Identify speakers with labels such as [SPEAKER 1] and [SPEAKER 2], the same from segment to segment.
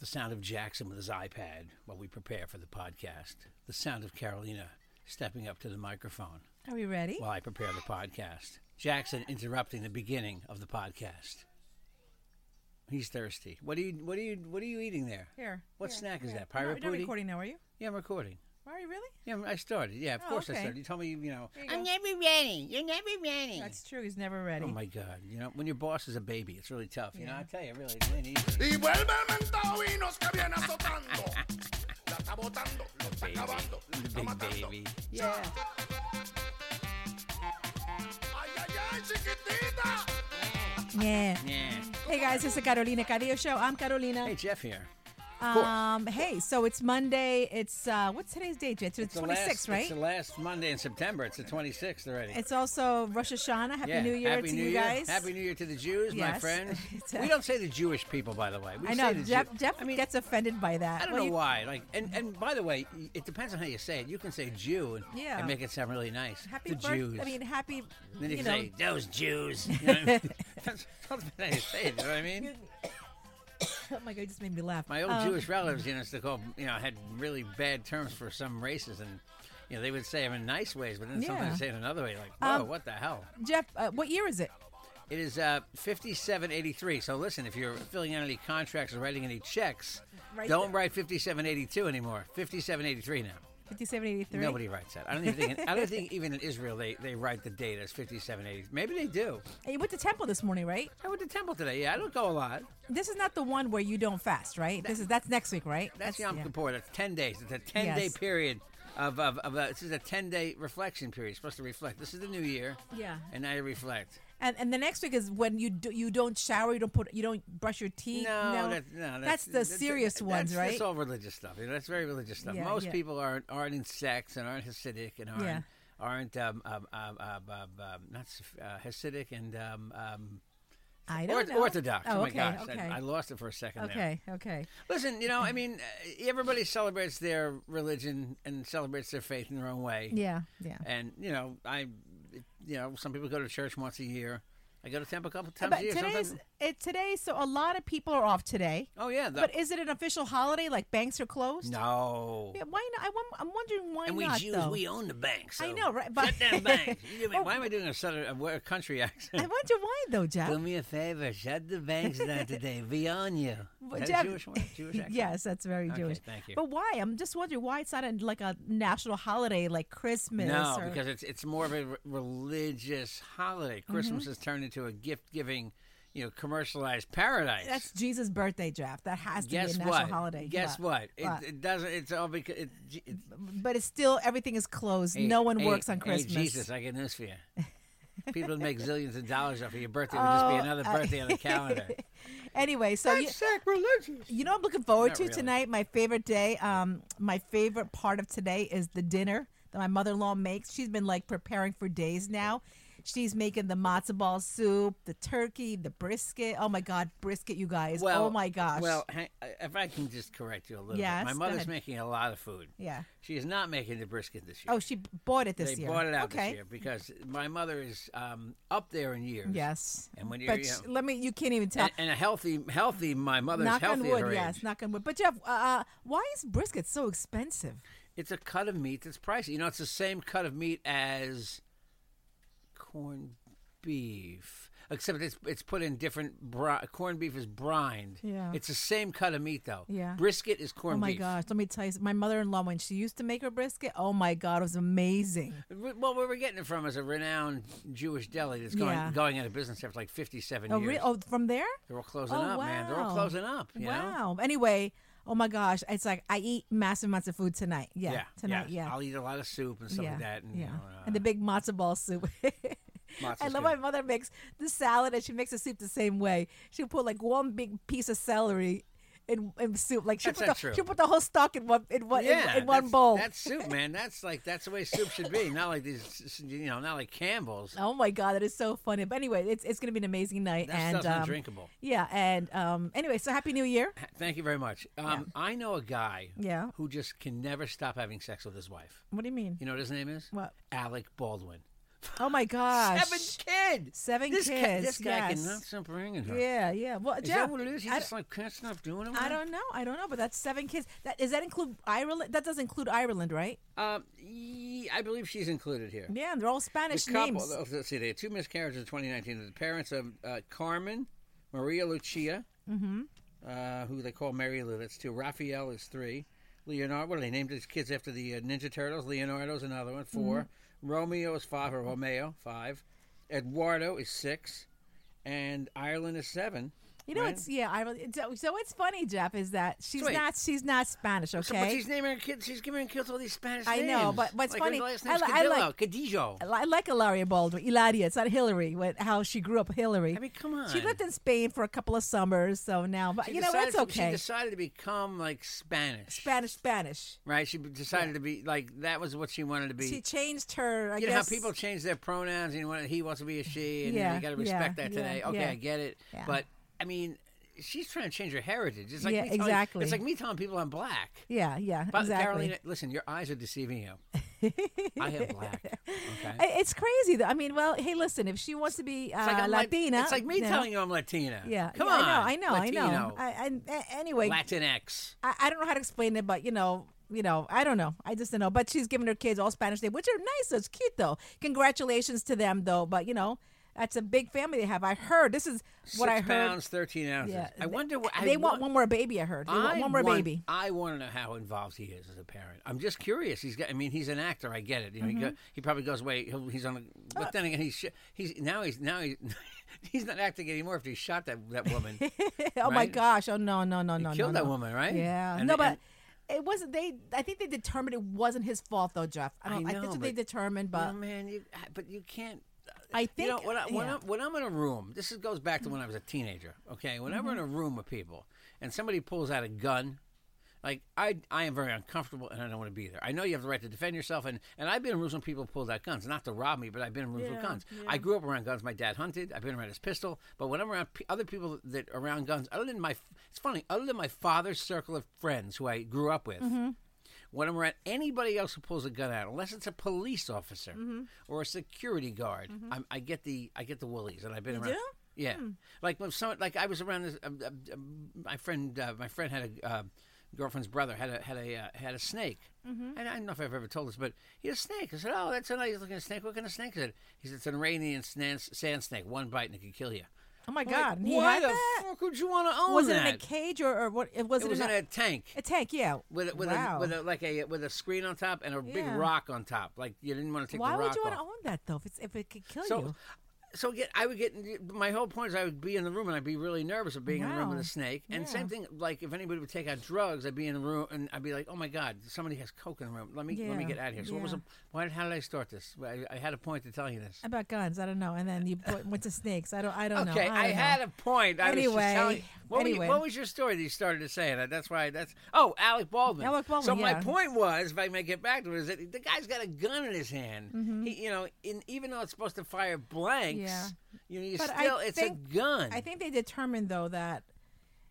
[SPEAKER 1] The sound of Jackson with his iPad while we prepare for the podcast. The sound of Carolina stepping up to the microphone
[SPEAKER 2] Are we ready?
[SPEAKER 1] while I prepare the podcast. Jackson interrupting the beginning of the podcast. He's thirsty. What are you? What are you? What are you eating there?
[SPEAKER 2] Here.
[SPEAKER 1] What
[SPEAKER 2] here,
[SPEAKER 1] snack is
[SPEAKER 2] here.
[SPEAKER 1] that? Pirate
[SPEAKER 2] You're not
[SPEAKER 1] booty.
[SPEAKER 2] recording now, are you?
[SPEAKER 1] Yeah, I'm recording.
[SPEAKER 2] Are you really?
[SPEAKER 1] Yeah, I started. Yeah, of
[SPEAKER 2] Oh,
[SPEAKER 1] course I
[SPEAKER 2] okay.
[SPEAKER 1] started. You told me, you know.
[SPEAKER 2] There you
[SPEAKER 3] I'm
[SPEAKER 2] go.
[SPEAKER 3] never ready. You're never ready.
[SPEAKER 2] That's true. He's never ready.
[SPEAKER 1] Oh my God! You know, when your boss is a baby, it's really tough. You know,
[SPEAKER 2] Yeah.
[SPEAKER 1] I tell you, really, it ain't
[SPEAKER 4] Y
[SPEAKER 1] easy.
[SPEAKER 4] vuelve el mentado y nos que viene azotando. La está botando, lo está acabando, lo
[SPEAKER 1] The
[SPEAKER 4] está
[SPEAKER 1] big
[SPEAKER 4] matando.
[SPEAKER 1] baby. Yeah.
[SPEAKER 4] Ay, ay, ay, chiquitita.
[SPEAKER 2] Yeah.
[SPEAKER 1] Yeah.
[SPEAKER 2] Hey guys, it's the Carolina Cadillo show. I'm Carolina.
[SPEAKER 1] Hey, Jeff here.
[SPEAKER 2] um, hey, so it's Monday. It's uh, what's today's date, Jen? It's,
[SPEAKER 1] the
[SPEAKER 2] 26,
[SPEAKER 1] last-
[SPEAKER 2] right?
[SPEAKER 1] It's the last Monday in September. It's the 26th already.
[SPEAKER 2] It's also Rosh Hashanah. Happy
[SPEAKER 1] yeah.
[SPEAKER 2] New Year
[SPEAKER 1] Happy
[SPEAKER 2] to
[SPEAKER 1] New
[SPEAKER 2] you
[SPEAKER 1] Year.
[SPEAKER 2] guys.
[SPEAKER 1] Happy New Year to the Jews, my
[SPEAKER 2] Yes.
[SPEAKER 1] friends.
[SPEAKER 2] It's, uh,
[SPEAKER 1] we don't say the Jewish people, by the way. We
[SPEAKER 2] I
[SPEAKER 1] say
[SPEAKER 2] know.
[SPEAKER 1] the
[SPEAKER 2] Jeff,
[SPEAKER 1] Jew-
[SPEAKER 2] Jeff
[SPEAKER 1] I mean,
[SPEAKER 2] gets offended by that.
[SPEAKER 1] I don't
[SPEAKER 2] Well,
[SPEAKER 1] know
[SPEAKER 2] you-
[SPEAKER 1] why. Like, and, and by the way, y- it depends on how you say it. You can say Jew and,
[SPEAKER 2] Yeah.
[SPEAKER 1] and make it sound really nice.
[SPEAKER 2] Happy
[SPEAKER 1] the
[SPEAKER 2] birth-
[SPEAKER 1] Jews.
[SPEAKER 2] I mean, happy.
[SPEAKER 1] then you
[SPEAKER 2] you
[SPEAKER 1] can say
[SPEAKER 2] know,
[SPEAKER 1] those Jews. You know what I mean? That's that's how you say it. You know what I mean?
[SPEAKER 2] oh my God, you just made me laugh.
[SPEAKER 1] My old
[SPEAKER 2] Um,
[SPEAKER 1] Jewish relatives, you know, used to call, you know, had really bad terms for some races, and you know they would say them in nice ways, but then sometimes
[SPEAKER 2] Yeah.
[SPEAKER 1] say it another way, like, "Whoa,
[SPEAKER 2] Um,
[SPEAKER 1] what the hell?"
[SPEAKER 2] Jeff, uh, what year is it?
[SPEAKER 1] It is uh, fifty-seven eighty-three. So listen, if you're filling out any contracts or writing any checks,
[SPEAKER 2] Write
[SPEAKER 1] don't
[SPEAKER 2] the-
[SPEAKER 1] write fifty-seven eighty-two anymore. Fifty-seven eighty-three now.
[SPEAKER 2] 5783.
[SPEAKER 1] Nobody writes that. I don't even think. In, I don't think even in Israel they, they write the date as fifty-seven eighty. Maybe they do.
[SPEAKER 2] And you went to temple this morning, right?
[SPEAKER 1] I went to temple today. Yeah, I don't go a lot.
[SPEAKER 2] This is not the one where you don't fast, right? This is that's next week, right?
[SPEAKER 1] That's Yom
[SPEAKER 2] yeah.
[SPEAKER 1] Kippur. That's ten days. It's a ten-day
[SPEAKER 2] Yes.
[SPEAKER 1] period of of, of uh, this is a ten-day reflection period. You're supposed to reflect. This is the new year.
[SPEAKER 2] Yeah.
[SPEAKER 1] And I reflect.
[SPEAKER 2] And and the next week is when you do, you don't shower, you don't put, you don't brush your teeth.
[SPEAKER 1] No, That's, no,
[SPEAKER 2] that's, the serious
[SPEAKER 1] that's-
[SPEAKER 2] ones, right?
[SPEAKER 1] That's all religious stuff. You know, that's very religious stuff.
[SPEAKER 2] Yeah,
[SPEAKER 1] Most
[SPEAKER 2] yeah.
[SPEAKER 1] people aren't aren't in sects and aren't Hasidic and aren't
[SPEAKER 2] Yeah.
[SPEAKER 1] aren't um, um, um, um, um, um, not Saf- uh, Hasidic and um, um,
[SPEAKER 2] I don't
[SPEAKER 1] orth-
[SPEAKER 2] know.
[SPEAKER 1] Orthodox.
[SPEAKER 2] Oh,
[SPEAKER 1] my
[SPEAKER 2] okay,
[SPEAKER 1] gosh,
[SPEAKER 2] okay,
[SPEAKER 1] I, I lost it for a second. there.
[SPEAKER 2] okay, okay.
[SPEAKER 1] Listen, you know, I mean, uh, everybody celebrates their religion and celebrates their faith in their own way.
[SPEAKER 2] Yeah, yeah.
[SPEAKER 1] And you know, I, you know, some people go to church once a year. I go to temple a couple times
[SPEAKER 2] But
[SPEAKER 1] a year.
[SPEAKER 2] today's
[SPEAKER 1] sometimes-
[SPEAKER 2] it today, so a lot of people are off today.
[SPEAKER 1] Oh yeah, the-
[SPEAKER 2] But is it an official holiday? Like banks are closed?
[SPEAKER 1] no.
[SPEAKER 2] Yeah, why not? I, won- I'm wondering why
[SPEAKER 1] and we
[SPEAKER 2] not.
[SPEAKER 1] Jews,
[SPEAKER 2] though.
[SPEAKER 1] we own the bank. So
[SPEAKER 2] I know, right, but-
[SPEAKER 1] shut down banks. You mean,
[SPEAKER 2] Oh.
[SPEAKER 1] why am I doing a southern a, wa- country
[SPEAKER 2] I
[SPEAKER 1] accent?
[SPEAKER 2] wonder why though, Jeff.
[SPEAKER 1] Do me a favor, shut the banks down today. We own you.
[SPEAKER 2] Well,
[SPEAKER 1] Is that
[SPEAKER 2] Jeff-
[SPEAKER 1] a Jewish one? Jewish accent?
[SPEAKER 2] yes, that's very
[SPEAKER 1] Okay,
[SPEAKER 2] Jewish.
[SPEAKER 1] thank you.
[SPEAKER 2] But why? I'm just wondering why it's not a, like a national holiday like Christmas.
[SPEAKER 1] No,
[SPEAKER 2] or,
[SPEAKER 1] because it's it's more of a re- religious holiday.
[SPEAKER 2] Mm-hmm.
[SPEAKER 1] Christmas has turned into a gift giving, you know, commercialized paradise.
[SPEAKER 2] that's Jesus' birthday, Jeff. That has to
[SPEAKER 1] Guess
[SPEAKER 2] be a national
[SPEAKER 1] what?
[SPEAKER 2] holiday.
[SPEAKER 1] Guess
[SPEAKER 2] Yeah.
[SPEAKER 1] what? It,
[SPEAKER 2] But,
[SPEAKER 1] it doesn't. It's all because it, it,
[SPEAKER 2] but it's still everything is closed.
[SPEAKER 1] hey,
[SPEAKER 2] no one
[SPEAKER 1] hey,
[SPEAKER 2] works on
[SPEAKER 1] hey,
[SPEAKER 2] Christmas.
[SPEAKER 1] Jesus, I get news for you. People that make zillions of dollars off of your birthday would
[SPEAKER 2] Oh,
[SPEAKER 1] just be another birthday on the calendar.
[SPEAKER 2] Anyway, so you,
[SPEAKER 1] sacrilegious.
[SPEAKER 2] you know what I'm looking forward
[SPEAKER 1] Not
[SPEAKER 2] to
[SPEAKER 1] really.
[SPEAKER 2] tonight. My favorite day. Um, my favorite part of today is the dinner that my mother-in-law makes. She's been like preparing for days now. She's making the matzo ball soup, the turkey, the brisket. Oh my god, brisket, you guys! oh my gosh.
[SPEAKER 1] Well, hang, if I can just correct you a little bit.
[SPEAKER 2] Yes,
[SPEAKER 1] My
[SPEAKER 2] go
[SPEAKER 1] mother's
[SPEAKER 2] ahead.
[SPEAKER 1] making a lot of food.
[SPEAKER 2] Yeah.
[SPEAKER 1] She is not making the brisket this year.
[SPEAKER 2] Oh, she b- bought it this
[SPEAKER 1] they
[SPEAKER 2] year.
[SPEAKER 1] bought it out
[SPEAKER 2] okay.
[SPEAKER 1] this year because my mother is um, up there in years.
[SPEAKER 2] Yes.
[SPEAKER 1] And when you're,
[SPEAKER 2] but
[SPEAKER 1] you
[SPEAKER 2] sh-
[SPEAKER 1] know,
[SPEAKER 2] let me, you can't even tell.
[SPEAKER 1] and, and a healthy, healthy, my mother's
[SPEAKER 2] knock on
[SPEAKER 1] healthy at
[SPEAKER 2] wood,
[SPEAKER 1] her
[SPEAKER 2] yes,
[SPEAKER 1] age.
[SPEAKER 2] knock on wood. But Jeff, uh, uh, why is brisket so expensive?
[SPEAKER 1] It's a cut of meat that's pricey. You know, it's the same cut of meat as corned beef. except it's it's put in different. Bri- corned beef is brined.
[SPEAKER 2] Yeah.
[SPEAKER 1] It's the same cut of meat though.
[SPEAKER 2] Yeah.
[SPEAKER 1] Brisket is corned
[SPEAKER 2] Oh my
[SPEAKER 1] beef.
[SPEAKER 2] gosh, let me tell you, my mother-in-law when she used to make her brisket, oh my god, it was amazing.
[SPEAKER 1] R- Well, where we're getting it from is a renowned Jewish deli that's going
[SPEAKER 2] Yeah.
[SPEAKER 1] going out of business after like fifty-seven
[SPEAKER 2] Oh,
[SPEAKER 1] years.
[SPEAKER 2] re- oh from there?
[SPEAKER 1] They're all closing
[SPEAKER 2] oh,
[SPEAKER 1] up, man. They're all
[SPEAKER 2] wow.
[SPEAKER 1] closing up. You know?
[SPEAKER 2] wow. Anyway, oh my gosh, it's like I eat massive amounts of food tonight. Yeah,
[SPEAKER 1] Yeah,
[SPEAKER 2] tonight.
[SPEAKER 1] yeah.
[SPEAKER 2] Yeah,
[SPEAKER 1] I'll eat a lot of soup and stuff like that. And,
[SPEAKER 2] yeah.
[SPEAKER 1] you know, uh,
[SPEAKER 2] and the big matzo ball soup.
[SPEAKER 1] Matzo's
[SPEAKER 2] I love
[SPEAKER 1] good.
[SPEAKER 2] my mother makes the salad and she makes the soup the same way. She'll put like one big piece of celery in, in soup. Like she'll
[SPEAKER 1] That's
[SPEAKER 2] put
[SPEAKER 1] not
[SPEAKER 2] the
[SPEAKER 1] true.
[SPEAKER 2] she'll put the whole stock in one in one in-
[SPEAKER 1] yeah,
[SPEAKER 2] in, one
[SPEAKER 1] that's-
[SPEAKER 2] bowl.
[SPEAKER 1] That's soup, man. That's like that's the way soup should be. Not like these, you know, not like Campbell's.
[SPEAKER 2] Oh my god, that is so funny. But anyway, it's it's gonna be an amazing night.
[SPEAKER 1] That
[SPEAKER 2] and
[SPEAKER 1] stuff's
[SPEAKER 2] um,
[SPEAKER 1] undrinkable.
[SPEAKER 2] Yeah, and um, anyway, so happy New Year.
[SPEAKER 1] Thank you very much. Um, I know a guy
[SPEAKER 2] Yeah.
[SPEAKER 1] who just can never stop having sex with his wife.
[SPEAKER 2] What do you mean?
[SPEAKER 1] You know what his name is?
[SPEAKER 2] What?
[SPEAKER 1] Alec Baldwin.
[SPEAKER 2] Oh my gosh.
[SPEAKER 1] Seven kids.
[SPEAKER 2] Seven
[SPEAKER 1] this Guy,
[SPEAKER 2] kids,
[SPEAKER 1] this guy
[SPEAKER 2] yes.
[SPEAKER 1] cannot stop bringing her.
[SPEAKER 2] Yeah, yeah. Well,
[SPEAKER 1] Is
[SPEAKER 2] Jeff,
[SPEAKER 1] that what it is? He
[SPEAKER 2] I,
[SPEAKER 1] just like "Mm." can't stop doing it.
[SPEAKER 2] I don't know. I don't know. But that's seven kids. That does that include Ireland? That does include Ireland, right?
[SPEAKER 1] Um, ye- I believe she's included here.
[SPEAKER 2] Yeah, they're all Spanish
[SPEAKER 1] the couple,
[SPEAKER 2] names.
[SPEAKER 1] oh, Let's see, they had two miscarriages in 2019. The parents of uh, Carmen, Maria Lucia,
[SPEAKER 2] Mm-hmm.
[SPEAKER 1] uh, who they call Mary Lou, that's two. Raphael is three. Leonardo, what are they named his kids after the uh, Ninja Turtles? Leonardo's another one, 4
[SPEAKER 2] Mm-hmm.
[SPEAKER 1] Romeo is five, or Romeo, five. Eduardo is six. And Ireland is seven.
[SPEAKER 2] you know, it's yeah. Ireland. So, so what's funny, Jeff, is that she's
[SPEAKER 1] Sweet.
[SPEAKER 2] not she's not Spanish. Okay.
[SPEAKER 1] So, but she's naming her kids, she's giving her kids all these Spanish
[SPEAKER 2] I
[SPEAKER 1] names.
[SPEAKER 2] know, but- but it's
[SPEAKER 1] like
[SPEAKER 2] funny,
[SPEAKER 1] Her last
[SPEAKER 2] I
[SPEAKER 1] name's
[SPEAKER 2] li- I
[SPEAKER 1] Cadillo,
[SPEAKER 2] like-
[SPEAKER 1] Cadillo.
[SPEAKER 2] I li- I like Ilaria Baldwin. Ilaria, it's not Hillary. What, how she grew up, Hillary.
[SPEAKER 1] I mean, come
[SPEAKER 2] She lived
[SPEAKER 1] on.
[SPEAKER 2] in Spain for a couple of summers, so now, but
[SPEAKER 1] She
[SPEAKER 2] you know,
[SPEAKER 1] decided
[SPEAKER 2] that's
[SPEAKER 1] to- She
[SPEAKER 2] okay.
[SPEAKER 1] decided to become like Spanish.
[SPEAKER 2] Spanish, Spanish.
[SPEAKER 1] Right? She decided to be like that was what she wanted to be.
[SPEAKER 2] She changed her. I
[SPEAKER 1] you know
[SPEAKER 2] guess
[SPEAKER 1] how people change their pronouns and what he wants to be a she, and
[SPEAKER 2] Yeah,
[SPEAKER 1] you got to
[SPEAKER 2] yeah,
[SPEAKER 1] respect that today.
[SPEAKER 2] yeah,
[SPEAKER 1] okay,
[SPEAKER 2] yeah.
[SPEAKER 1] I get it.
[SPEAKER 2] Yeah.
[SPEAKER 1] But I mean, she's trying to change her heritage. It's like
[SPEAKER 2] Yeah,
[SPEAKER 1] me telling-
[SPEAKER 2] exactly.
[SPEAKER 1] It's like me telling people I'm black.
[SPEAKER 2] Yeah, yeah,
[SPEAKER 1] But
[SPEAKER 2] exactly.
[SPEAKER 1] Carolina, listen, your eyes are deceiving you. I am black. Okay.
[SPEAKER 2] I- It's crazy. Though. I mean, well, hey, listen, if she wants to be uh,
[SPEAKER 1] It's like I'm Lat-
[SPEAKER 2] Latina,
[SPEAKER 1] it's like me
[SPEAKER 2] no.
[SPEAKER 1] telling you I'm Latina.
[SPEAKER 2] Yeah,
[SPEAKER 1] Come
[SPEAKER 2] yeah,
[SPEAKER 1] on.
[SPEAKER 2] I know, I know, I know.
[SPEAKER 1] Latino,
[SPEAKER 2] I, and- a- anyway,
[SPEAKER 1] Latinx.
[SPEAKER 2] I, I don't know how to explain it, but you know, you know, I don't know. I just don't know. But she's giving her kids all Spanish names, which are nice. So it's cute though. Congratulations to them though. But you know, that's a big family they have. I heard this is
[SPEAKER 1] Six
[SPEAKER 2] what I heard.
[SPEAKER 1] pounds, thirteen ounces.
[SPEAKER 2] Yeah,
[SPEAKER 1] I wonder what
[SPEAKER 2] they
[SPEAKER 1] I
[SPEAKER 2] want
[SPEAKER 1] wo-
[SPEAKER 2] one more baby. I heard they want
[SPEAKER 1] I
[SPEAKER 2] one more
[SPEAKER 1] want-
[SPEAKER 2] baby.
[SPEAKER 1] I want to know how involved he is as a parent. I'm just curious. He's got. I mean, he's an actor. I get it. You know,
[SPEAKER 2] Mm-hmm.
[SPEAKER 1] he, go, he probably goes away. He'll, he's on. A,
[SPEAKER 2] Uh.
[SPEAKER 1] but then again, he's sh- he's now he's now he's he's not acting anymore. After he shot that that woman,
[SPEAKER 2] oh my
[SPEAKER 1] right?
[SPEAKER 2] gosh! Oh no no no no no,
[SPEAKER 1] killed that
[SPEAKER 2] no.
[SPEAKER 1] woman, right?
[SPEAKER 2] Yeah.
[SPEAKER 1] And-
[SPEAKER 2] no, but
[SPEAKER 1] and-
[SPEAKER 2] it wasn't. They I think they determined it wasn't his fault though, Jeff. I,
[SPEAKER 1] I
[SPEAKER 2] don't, I think
[SPEAKER 1] know,
[SPEAKER 2] that's what they
[SPEAKER 1] Oh, but-
[SPEAKER 2] determined, but
[SPEAKER 1] oh man, you I- but you can't.
[SPEAKER 2] I
[SPEAKER 1] you
[SPEAKER 2] think
[SPEAKER 1] know when, I, when,
[SPEAKER 2] yeah.
[SPEAKER 1] I'm, when I'm in a room. This is, goes back to when I was a teenager. Okay, whenever
[SPEAKER 2] Mm-hmm.
[SPEAKER 1] in a room with people and somebody pulls out a gun. Like I, I am very uncomfortable, and I don't want to be there. I know you have the right to defend yourself, and, and I've been in rooms when people pulled out guns, not to rob me, but I've been in rooms with guns. I grew up around guns. My dad hunted. I've been around his pistol, but when I'm around p- other people that are around guns, other than my, it's funny, other than my father's circle of friends who I grew up with,
[SPEAKER 2] Mm-hmm.
[SPEAKER 1] when I'm around anybody else who pulls a gun out, unless it's a police officer
[SPEAKER 2] Mm-hmm.
[SPEAKER 1] or a security guard, I'm, I get the I get the woolies, and I've been around.
[SPEAKER 2] do? Hmm.
[SPEAKER 1] Yeah, like when someone like I was around this. Um, um, um, my friend, uh, my friend had a uh, girlfriend's brother had a had a uh, had a snake,
[SPEAKER 2] Mm-hmm.
[SPEAKER 1] and I don't know if I've ever told this, but he had a snake. I said, "Oh, that's a nice looking snake. What kind of snake is it?" He said, "It's an Iranian sand, sand snake. One bite and it could kill you."
[SPEAKER 2] oh my
[SPEAKER 1] I'm
[SPEAKER 2] god!
[SPEAKER 1] like,
[SPEAKER 2] he
[SPEAKER 1] why
[SPEAKER 2] had
[SPEAKER 1] the
[SPEAKER 2] that?
[SPEAKER 1] fuck would you want to own
[SPEAKER 2] was it
[SPEAKER 1] that?
[SPEAKER 2] in a cage or, or what? It was
[SPEAKER 1] it
[SPEAKER 2] it,
[SPEAKER 1] was in
[SPEAKER 2] in,
[SPEAKER 1] a tank.
[SPEAKER 2] a tank. Yeah.
[SPEAKER 1] with a, with,
[SPEAKER 2] wow.
[SPEAKER 1] a, with a like a with a screen on top and a big
[SPEAKER 2] Yeah.
[SPEAKER 1] rock on top. Like you didn't want to take
[SPEAKER 2] Why
[SPEAKER 1] the rock
[SPEAKER 2] would you want to
[SPEAKER 1] off.
[SPEAKER 2] own that though? If it's if it could kill
[SPEAKER 1] so
[SPEAKER 2] you.
[SPEAKER 1] so get I would get my whole point is I would be in the room and I'd be really nervous of being in the room with
[SPEAKER 2] Wow.
[SPEAKER 1] a snake. And same thing like if anybody would take out drugs, I'd be in the room and I'd be like, oh my god, somebody has coke in the room. Let me let me
[SPEAKER 2] Yeah.
[SPEAKER 1] get out of here. So what was
[SPEAKER 2] Yeah.
[SPEAKER 1] the, why how did I start this? I, I had a point to tell you this.
[SPEAKER 2] About guns, I don't know. And then you put, went to snakes. I don't. I don't know.
[SPEAKER 1] Okay, I,
[SPEAKER 2] don't
[SPEAKER 1] had
[SPEAKER 2] know.
[SPEAKER 1] a point. I was just
[SPEAKER 2] Anyway,
[SPEAKER 1] telling you. What, were you-
[SPEAKER 2] anyway.
[SPEAKER 1] what was your story that you started to say? And I- that's why. That's oh, Alec Baldwin.
[SPEAKER 2] Alec Baldwin,
[SPEAKER 1] So my
[SPEAKER 2] yeah.
[SPEAKER 1] point was, if I may get back to it, is that the guy's got a gun in his hand. He, you know, in, even though it's supposed to fire blanks,
[SPEAKER 2] Mm-hmm. Yeah.
[SPEAKER 1] you know, you
[SPEAKER 2] But I
[SPEAKER 1] still it's
[SPEAKER 2] think-
[SPEAKER 1] a gun.
[SPEAKER 2] I think they determined though that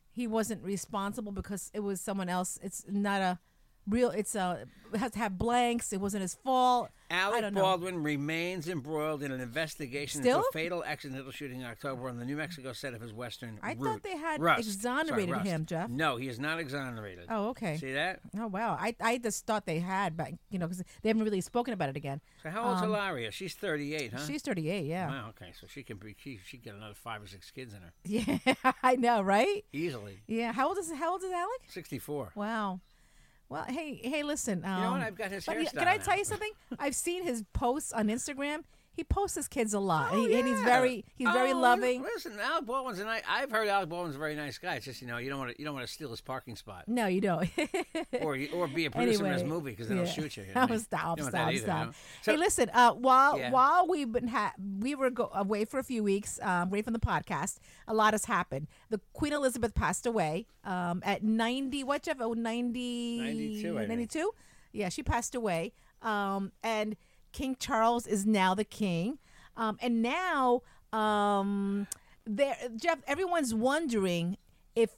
[SPEAKER 2] he wasn't responsible because it was someone else. It's not a real. It's uh, it has to have blanks. It wasn't his fault. I
[SPEAKER 1] Alec
[SPEAKER 2] don't know.
[SPEAKER 1] Baldwin remains embroiled in an investigation
[SPEAKER 2] Still?
[SPEAKER 1] into a fatal accidental shooting in October on the New Mexico set of his western.
[SPEAKER 2] I thought
[SPEAKER 1] route.
[SPEAKER 2] they had
[SPEAKER 1] Rust.
[SPEAKER 2] exonerated
[SPEAKER 1] Sorry, Rust.
[SPEAKER 2] him, Jeff.
[SPEAKER 1] No, he is not exonerated.
[SPEAKER 2] Oh, okay.
[SPEAKER 1] See that?
[SPEAKER 2] Oh wow, I I just thought they had, but you know, because they haven't really spoken about it again.
[SPEAKER 1] So how old's Hilaria? She's thirty-eight, huh?
[SPEAKER 2] Um, She's 38, yeah.
[SPEAKER 1] Uh-huh. Wow. Okay, so she can be. She she get another five or six kids in her
[SPEAKER 2] Yeah, I know, right?
[SPEAKER 1] easily.
[SPEAKER 2] Yeah. How old is How old is Alec?
[SPEAKER 1] Sixty-four.
[SPEAKER 2] Wow. Well, hey, hey, listen. Um,
[SPEAKER 1] know what? I've got his
[SPEAKER 2] let me-
[SPEAKER 1] hairstyle
[SPEAKER 2] Can I
[SPEAKER 1] now.
[SPEAKER 2] tell you something? I've seen his posts on Instagram. He posts his kids a lot, and, he, and he's very, he's
[SPEAKER 1] Oh,
[SPEAKER 2] very
[SPEAKER 1] you-
[SPEAKER 2] loving.
[SPEAKER 1] Listen, Alec Baldwin's a nice. I've heard Alec Baldwin's a very nice guy. It's just you know you don't want to you don't want to steal his parking spot
[SPEAKER 2] No, you don't.
[SPEAKER 1] or you- or be a producer in his
[SPEAKER 2] Anyway,
[SPEAKER 1] movie because then
[SPEAKER 2] yeah.
[SPEAKER 1] he'll shoot you. you know what I mean?
[SPEAKER 2] stop,
[SPEAKER 1] You don't want
[SPEAKER 2] stop,
[SPEAKER 1] that either, you
[SPEAKER 2] stop.
[SPEAKER 1] know? So-
[SPEAKER 2] hey, listen. Uh, while
[SPEAKER 1] Yeah.
[SPEAKER 2] while we've been ha- we were go- away for a few weeks, um, away from the podcast, a lot has happened. The Queen Elizabeth passed away um, at ninety. What Jeff? Oh, 90,
[SPEAKER 1] 92, I think.
[SPEAKER 2] 92? Yeah, she passed away. Um, and King Charles is now the king. Um, and now, um, there, Jeff, everyone's wondering if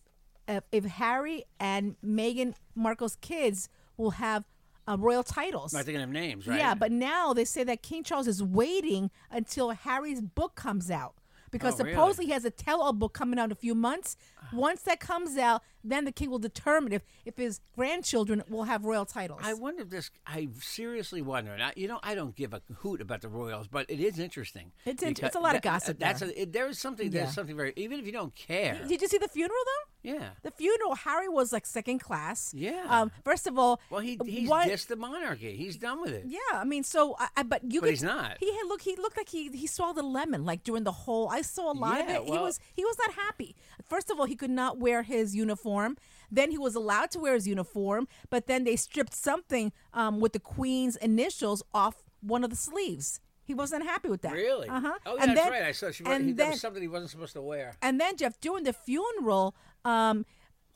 [SPEAKER 2] uh, if Harry and Meghan Markle's kids will have uh, royal titles.
[SPEAKER 1] Not thinking of names, right?
[SPEAKER 2] Yeah, but now they say that King Charles is waiting until Harry's book comes out because
[SPEAKER 1] Oh, really? Ah.
[SPEAKER 2] supposedly he has a tell-all book coming out in a few months. Once that comes out, then the king will determine if, if his grandchildren will have royal titles.
[SPEAKER 1] I wonder if this. I seriously wonder. And I, you know, I don't give a hoot about the Royals, but it is interesting.
[SPEAKER 2] It's int-
[SPEAKER 1] because
[SPEAKER 2] it's a lot of
[SPEAKER 1] that-
[SPEAKER 2] gossip
[SPEAKER 1] That's
[SPEAKER 2] there.
[SPEAKER 1] A, it, there is something.
[SPEAKER 2] Yeah.
[SPEAKER 1] There's something very. Even if you don't care.
[SPEAKER 2] Did you see the funeral though?
[SPEAKER 1] yeah.
[SPEAKER 2] The funeral, Harry was like second class.
[SPEAKER 1] Yeah.
[SPEAKER 2] Um, first of all,
[SPEAKER 1] Well, he he's
[SPEAKER 2] Um, what-
[SPEAKER 1] dissed the monarchy. He's done with it.
[SPEAKER 2] Yeah, I mean, so I, I but you.
[SPEAKER 1] But
[SPEAKER 2] could,
[SPEAKER 1] he's not.
[SPEAKER 2] He had, look. He looked like he he swallowed a lemon like during the whole. I saw a lot of
[SPEAKER 1] Yeah,
[SPEAKER 2] it. he
[SPEAKER 1] well-
[SPEAKER 2] was he was not happy. First of all, he could not wear his uniform. Then he was allowed to wear his uniform, but then they stripped something um, with the queen's initials off one of the sleeves. He wasn't happy with that.
[SPEAKER 1] Really?
[SPEAKER 2] Uh huh.
[SPEAKER 1] Oh, yeah,
[SPEAKER 2] and
[SPEAKER 1] that's
[SPEAKER 2] then,
[SPEAKER 1] right. I saw she.
[SPEAKER 2] and
[SPEAKER 1] he, that
[SPEAKER 2] then-
[SPEAKER 1] was something he wasn't supposed to wear.
[SPEAKER 2] and then Jeff, during the funeral, um,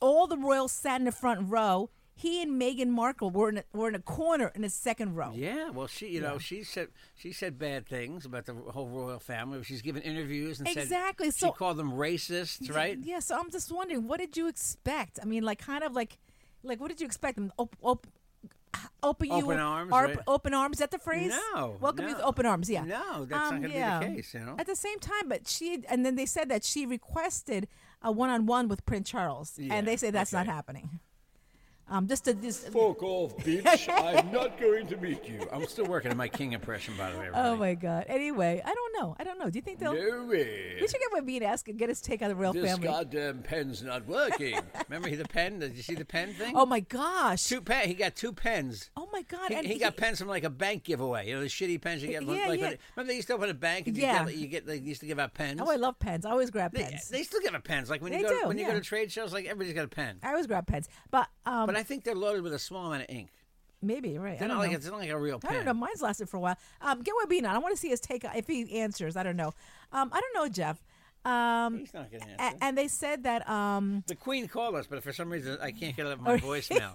[SPEAKER 2] all the royals sat in the front row. He and Meghan Markle were in a, were in a corner in the second row.
[SPEAKER 1] Yeah, well, she, you know, she said she said bad things about the whole royal family. She's given interviews and
[SPEAKER 2] Exactly,
[SPEAKER 1] said
[SPEAKER 2] so-
[SPEAKER 1] she called them racists, right?
[SPEAKER 2] Yeah, so I'm just wondering, what did you expect? I mean, like, kind of like, like, what did you expect? Them op- op- open you
[SPEAKER 1] Open arms,
[SPEAKER 2] arp-
[SPEAKER 1] right?
[SPEAKER 2] open arms. Is that the phrase?
[SPEAKER 1] No,
[SPEAKER 2] welcome you
[SPEAKER 1] no.
[SPEAKER 2] with open arms. Yeah, Um,
[SPEAKER 1] No, that's not gonna be the case, you know?
[SPEAKER 2] at the same time, but she and then they said that she requested a one-on-one with Prince Charles,
[SPEAKER 1] Yeah,
[SPEAKER 2] and they say that's
[SPEAKER 1] okay.
[SPEAKER 2] not happening. Um, just to just.
[SPEAKER 4] Fuck off, bitch. I'm not going to meet you.
[SPEAKER 1] I'm still working on my king impression, by the way.
[SPEAKER 2] Oh
[SPEAKER 1] everybody.
[SPEAKER 2] my God. Anyway, I don't know. I don't know. Do you think they'll?
[SPEAKER 4] No way.
[SPEAKER 2] We should get with me and ask and get his take on the royal
[SPEAKER 4] This
[SPEAKER 2] family.
[SPEAKER 4] goddamn pen's not working.
[SPEAKER 1] Remember the pen? Did you see the pen thing?
[SPEAKER 2] Oh my gosh.
[SPEAKER 1] two pen. He got two pens.
[SPEAKER 2] Oh my God.
[SPEAKER 1] He,
[SPEAKER 2] and
[SPEAKER 1] he got pens from like a bank giveaway. You know the shitty pens you get. From,
[SPEAKER 2] Yeah,
[SPEAKER 1] like,
[SPEAKER 2] yeah.
[SPEAKER 1] when- Remember they used to open a bank and
[SPEAKER 2] Yeah.
[SPEAKER 1] you get, you get they used to give out pens.
[SPEAKER 2] Oh, I love pens. I always grab
[SPEAKER 1] they,
[SPEAKER 2] pens.
[SPEAKER 1] they still give out pens. Like when you
[SPEAKER 2] They
[SPEAKER 1] go to,
[SPEAKER 2] do,
[SPEAKER 1] when you
[SPEAKER 2] yeah.
[SPEAKER 1] go to trade shows, like everybody's got a pen.
[SPEAKER 2] I always grab pens, but um,
[SPEAKER 1] But I think they're loaded with a small amount of ink.
[SPEAKER 2] maybe you're right. I
[SPEAKER 1] They're
[SPEAKER 2] don't
[SPEAKER 1] not like
[SPEAKER 2] know.
[SPEAKER 1] it's not like a real pen.
[SPEAKER 2] I don't know. Mine's lasted for a while. Um, get with Bina. I want to see his take if he answers. I don't know. Um, I don't know, Jeff. Um,
[SPEAKER 1] He's not gonna
[SPEAKER 2] a-
[SPEAKER 1] answer.
[SPEAKER 2] and they said that um,
[SPEAKER 1] The Queen called us, but for some reason I can't get it up my voicemail.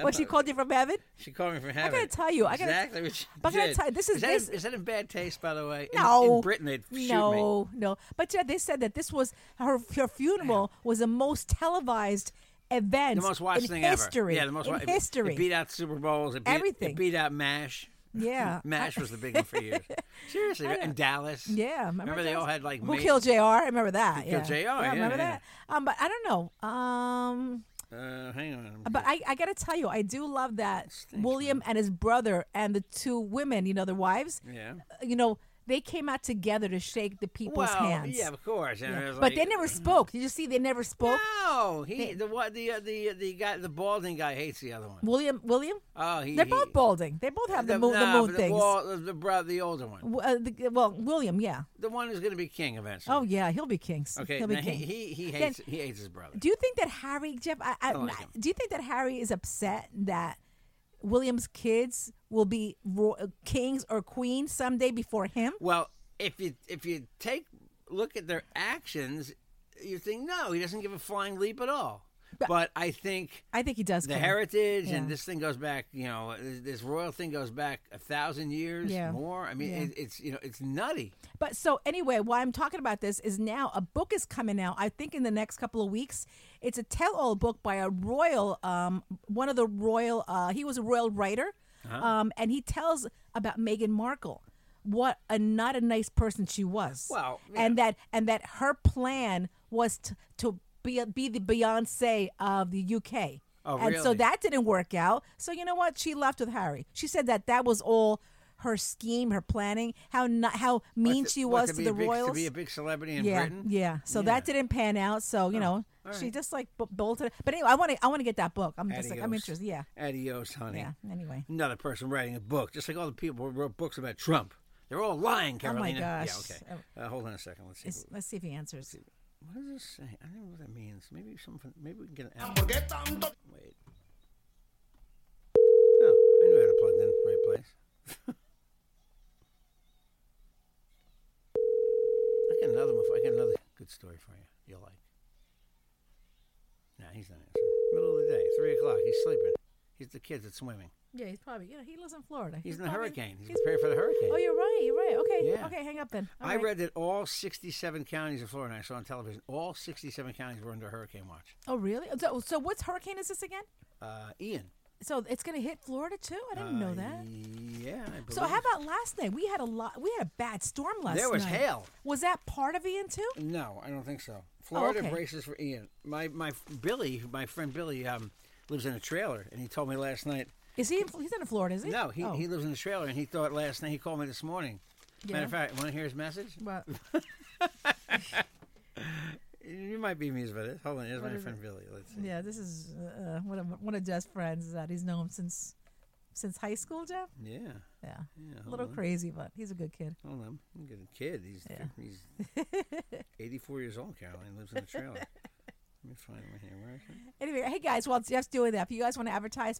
[SPEAKER 2] when Oh, she called you from heaven.
[SPEAKER 1] She called me from
[SPEAKER 2] gotta
[SPEAKER 1] heaven.
[SPEAKER 2] tell you, I gotta-
[SPEAKER 1] exactly what she
[SPEAKER 2] but I gotta
[SPEAKER 1] did.
[SPEAKER 2] tell you, this is-
[SPEAKER 1] that,
[SPEAKER 2] this-
[SPEAKER 1] is that in bad taste, by the way? In-
[SPEAKER 2] No,
[SPEAKER 1] in, Britain they'd shoot me.
[SPEAKER 2] no, no. But yeah, they said that this was her. Her funeral was the most televised event,
[SPEAKER 1] The most watched
[SPEAKER 2] in
[SPEAKER 1] thing
[SPEAKER 2] history.
[SPEAKER 1] ever. Yeah, the most
[SPEAKER 2] in
[SPEAKER 1] wa- it-
[SPEAKER 2] history.
[SPEAKER 1] It beat out Super Bowls. It beat,
[SPEAKER 2] Everything.
[SPEAKER 1] It beat out Mash.
[SPEAKER 2] Yeah.
[SPEAKER 1] Mash was the big one for years. Seriously, and Dallas.
[SPEAKER 2] Yeah,
[SPEAKER 1] remember, they
[SPEAKER 2] those?
[SPEAKER 1] all had like
[SPEAKER 2] who
[SPEAKER 1] ma-
[SPEAKER 2] killed Jr. I remember that.
[SPEAKER 1] Who
[SPEAKER 2] yeah.
[SPEAKER 1] Killed JR, yeah,
[SPEAKER 2] remember
[SPEAKER 1] yeah.
[SPEAKER 2] that. Um, but I don't know. Um,
[SPEAKER 1] Uh, hang on.
[SPEAKER 2] but I, I gotta tell you, I do love that William and his brother and the two women, you know, their wives.
[SPEAKER 1] Yeah.
[SPEAKER 2] uh, You know, they came out together to shake the people's
[SPEAKER 1] well,
[SPEAKER 2] hands.
[SPEAKER 1] yeah, of course. And it was
[SPEAKER 2] but
[SPEAKER 1] like,
[SPEAKER 2] they never spoke. Did you see? They never spoke.
[SPEAKER 1] No, he the what the uh, the the guy the balding guy hates the other one.
[SPEAKER 2] William, William.
[SPEAKER 1] Oh, he-
[SPEAKER 2] They're
[SPEAKER 1] he-
[SPEAKER 2] both balding. They both have the, moon,
[SPEAKER 1] nah,
[SPEAKER 2] the
[SPEAKER 1] but
[SPEAKER 2] moon things.
[SPEAKER 1] well, the, the brother, the older one,
[SPEAKER 2] W- uh, the- well, William, yeah.
[SPEAKER 1] the one who's going to be king eventually.
[SPEAKER 2] Oh yeah, he'll be king.
[SPEAKER 1] Okay,
[SPEAKER 2] he'll be
[SPEAKER 1] now he,
[SPEAKER 2] king.
[SPEAKER 1] he he
[SPEAKER 2] Then-
[SPEAKER 1] hates he hates his brother.
[SPEAKER 2] Do you think that Harry, Jeff? I, I,
[SPEAKER 1] don't like him.
[SPEAKER 2] do you think that Harry is upset that William's kids will be ro- kings or queens someday before him?
[SPEAKER 1] Well, if you if you take look at their actions, you think no, he doesn't give a flying leap at all. But I think
[SPEAKER 2] I think he does.
[SPEAKER 1] the
[SPEAKER 2] come.
[SPEAKER 1] heritage
[SPEAKER 2] Yeah.
[SPEAKER 1] and this thing goes back, you know, this this royal thing goes back a thousand years
[SPEAKER 2] Yeah.
[SPEAKER 1] more. I mean,
[SPEAKER 2] Yeah.
[SPEAKER 1] it, it's you know, it's nutty.
[SPEAKER 2] But so anyway, why I'm talking about this is now a book is coming out. I think in the next couple of weeks, it's a tell-all book by a royal, um, one of the royal. Uh, he was a royal writer,
[SPEAKER 1] Uh-huh.
[SPEAKER 2] um, and he tells about Meghan Markle, what a not a nice person she was.
[SPEAKER 1] Well,
[SPEAKER 2] and that and that her plan was to, to be be the Beyonce of the UK.
[SPEAKER 1] Oh,
[SPEAKER 2] and so
[SPEAKER 1] really?
[SPEAKER 2] that didn't work out. So you know what? She left with Harry. She said that that was all her scheme, her planning, how not, how mean
[SPEAKER 1] To-
[SPEAKER 2] she
[SPEAKER 1] what,
[SPEAKER 2] was to,
[SPEAKER 1] be
[SPEAKER 2] the
[SPEAKER 1] a big-
[SPEAKER 2] royals.
[SPEAKER 1] to be a big celebrity in
[SPEAKER 2] yeah,
[SPEAKER 1] Britain. Oh,
[SPEAKER 2] yeah. So that didn't pan out. So you know, she just like b- bolted. But anyway, I want to I want to get that book. I'm just like I'm
[SPEAKER 1] Adios.
[SPEAKER 2] interested. Yeah,
[SPEAKER 1] Adios, honey.
[SPEAKER 2] yeah. Anyway,
[SPEAKER 1] Another person writing a book, just like all the people who wrote books about Trump. They're all lying,
[SPEAKER 2] Oh, my
[SPEAKER 1] Carolina.
[SPEAKER 2] gosh. Oh.
[SPEAKER 1] Yeah, okay. Uh, hold on a second. Let's see.
[SPEAKER 2] it's, let's see if he answers.
[SPEAKER 1] What does this say? I don't know what that means. Maybe something. Maybe we can get an app.
[SPEAKER 4] ¿Por qué tanto?
[SPEAKER 1] Wait. Oh, I knew how to plug in the right place. I got another one. for- I got another good story for you. You'll like. Nah, he's not answering. Middle of the day, three o'clock. He's sleeping. He's the kids at swimming.
[SPEAKER 2] Yeah, he's probably you know he lives in Florida.
[SPEAKER 1] He's, in the
[SPEAKER 2] probably-
[SPEAKER 1] hurricane. He's, preparing for the hurricane.
[SPEAKER 2] Oh, you're right. You're right. Okay.
[SPEAKER 1] Yeah.
[SPEAKER 2] Okay. Hang up then. All
[SPEAKER 1] I
[SPEAKER 2] right.
[SPEAKER 1] read that all 67 counties in Florida, I saw on television, all 67 counties were under hurricane watch.
[SPEAKER 2] Oh, really? So, so what's hurricane is this again?
[SPEAKER 1] Uh, Ian.
[SPEAKER 2] So it's gonna hit Florida too. I didn't know that.
[SPEAKER 1] Yeah, I believe.
[SPEAKER 2] So how about last night? We had a lot. We had a bad storm last night.
[SPEAKER 1] There was hail.
[SPEAKER 2] Was that part of Ian too?
[SPEAKER 1] No, I don't think so. Florida
[SPEAKER 2] Oh, okay.
[SPEAKER 1] braces for Ian. My my f- Billy, my friend Billy, um, lives in a trailer, and he told me last night.
[SPEAKER 2] Is he? In, he's in Florida, is he?
[SPEAKER 1] No, he,
[SPEAKER 2] Oh.
[SPEAKER 1] he lives in a trailer, and he thought last night. He called me this morning. Matter of fact, want to hear his message?
[SPEAKER 2] Well,
[SPEAKER 1] You might be amused by this. Hold on, here's my friend Billy. Let's see.
[SPEAKER 2] yeah, this is uh, one of one of Jeff's friends that he's known since since high school. Jeff.
[SPEAKER 1] Yeah,
[SPEAKER 2] Yeah. a little crazy, but he's a good kid.
[SPEAKER 1] hold on. I'm getting a kid. He's he's 84 years old. Caroline lives in a trailer. Let me find him here. Where is he?
[SPEAKER 2] Anyway, hey guys, while Jeff's doing that, if you guys want to advertise,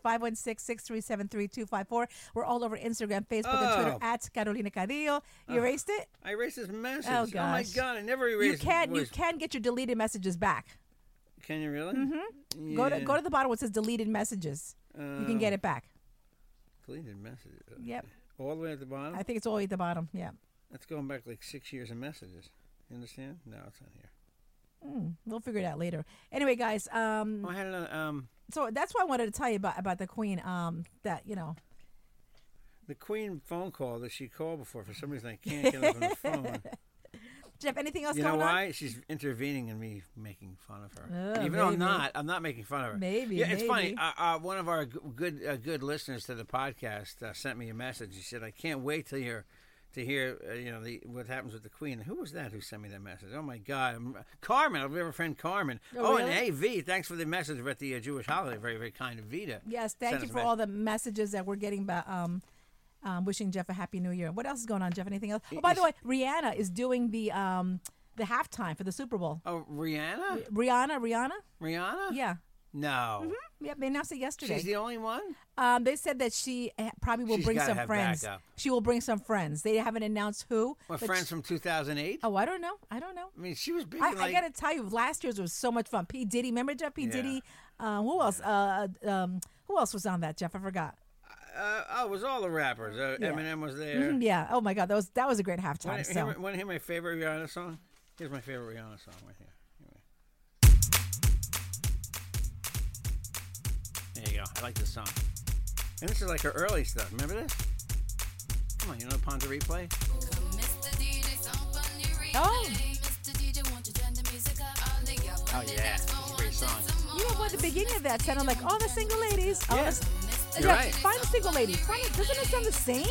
[SPEAKER 2] 516-637-3254. We're all over Instagram, Facebook, and Twitter
[SPEAKER 1] Oh.
[SPEAKER 2] at Carolina Cadillo. You erased it?
[SPEAKER 1] I erased his message.
[SPEAKER 2] Oh,
[SPEAKER 1] my
[SPEAKER 2] gosh.
[SPEAKER 1] god! I never
[SPEAKER 2] You
[SPEAKER 1] erased. his
[SPEAKER 2] can you
[SPEAKER 1] voice.
[SPEAKER 2] can get your deleted messages back.
[SPEAKER 1] Can you really? Mm-hmm.
[SPEAKER 2] Go to go to the bottom where it says deleted messages. you can get
[SPEAKER 1] Oh.
[SPEAKER 2] it back.
[SPEAKER 1] deleted messages.
[SPEAKER 2] Yep.
[SPEAKER 1] All the way at the bottom.
[SPEAKER 2] I think it's all at the bottom. Yeah.
[SPEAKER 1] That's going back like six years of messages. You understand? No, it's not here.
[SPEAKER 2] We'll figure it out later. Anyway, guys, um
[SPEAKER 1] Oh, I had another. Um,
[SPEAKER 2] so that's why I wanted to tell you about about the queen um that, you know,
[SPEAKER 1] the Queen phone call that she called before. For some reason, I can't get up on the phone.
[SPEAKER 2] Jeff, anything else
[SPEAKER 1] you know
[SPEAKER 2] going on?
[SPEAKER 1] why? She's intervening in me making fun of her.
[SPEAKER 2] Oh,
[SPEAKER 1] Even though I'm
[SPEAKER 2] maybe.
[SPEAKER 1] not, I'm not making fun of her.
[SPEAKER 2] Maybe,
[SPEAKER 1] Yeah, it's funny.
[SPEAKER 2] maybe.
[SPEAKER 1] Uh, uh, one of our g- good uh, good listeners to the podcast uh, sent me a message. She said, "I can't wait to hear." To hear, uh, you know, the, what happens with the queen. Who was that who sent me that message? Oh my God, I'm, Carmen. We have a friend Carmen.
[SPEAKER 2] Oh,
[SPEAKER 1] and
[SPEAKER 2] really?
[SPEAKER 1] hey V, thanks for the message about the uh, Jewish holiday. Very, very kind of Vita.
[SPEAKER 2] Yes,
[SPEAKER 1] Sent
[SPEAKER 2] thank you
[SPEAKER 1] us a
[SPEAKER 2] for
[SPEAKER 1] message.
[SPEAKER 2] all the messages that we're getting about um, um, wishing Jeff a happy new year. What else is going on, Jeff? Anything else? Oh, by the way, Rihanna is doing the um, the halftime for the Super Bowl.
[SPEAKER 1] Oh, Rihanna?
[SPEAKER 2] Rihanna, Rihanna,
[SPEAKER 1] Rihanna?
[SPEAKER 2] yeah, Mm-hmm.
[SPEAKER 1] No.
[SPEAKER 2] yep. They announced it yesterday.
[SPEAKER 1] She's the only one?
[SPEAKER 2] um, they said that she eh, probably will
[SPEAKER 1] She's
[SPEAKER 2] bring
[SPEAKER 1] gotta
[SPEAKER 2] some
[SPEAKER 1] have
[SPEAKER 2] friends.
[SPEAKER 1] backup.
[SPEAKER 2] She will bring some friends. They haven't announced who.
[SPEAKER 1] My
[SPEAKER 2] but
[SPEAKER 1] friends
[SPEAKER 2] she-
[SPEAKER 1] from 2008?
[SPEAKER 2] oh, I don't know. I don't know.
[SPEAKER 1] I mean, she was big.
[SPEAKER 2] I,
[SPEAKER 1] in,
[SPEAKER 2] I
[SPEAKER 1] like,
[SPEAKER 2] gotta tell you, last year's was so much fun. P Diddy, remember Jeff? P Diddy. Uh, who else? Uh, um, who else was on that? Jeff, I forgot.
[SPEAKER 1] uh, oh, it was all the rappers. Uh, Eminem was there.
[SPEAKER 2] Yeah. Oh my God, that was that was a great halftime.
[SPEAKER 1] Want
[SPEAKER 2] so.
[SPEAKER 1] to hear, wanna hear my favorite Rihanna song? Here's my favorite Rihanna song right here. Here we- There you go. I like this song. And this is like her early stuff. Remember this? Come on, you know Pond to Replay?
[SPEAKER 2] Oh.
[SPEAKER 1] Oh, yeah. It's a great song.
[SPEAKER 2] You know what? The beginning of that sounded like all the single ladies. All
[SPEAKER 1] Yeah.
[SPEAKER 2] the, s-
[SPEAKER 1] You're
[SPEAKER 2] Oh, Yeah,
[SPEAKER 1] right.
[SPEAKER 2] Find the single ladies. Find it. Doesn't it sound the same?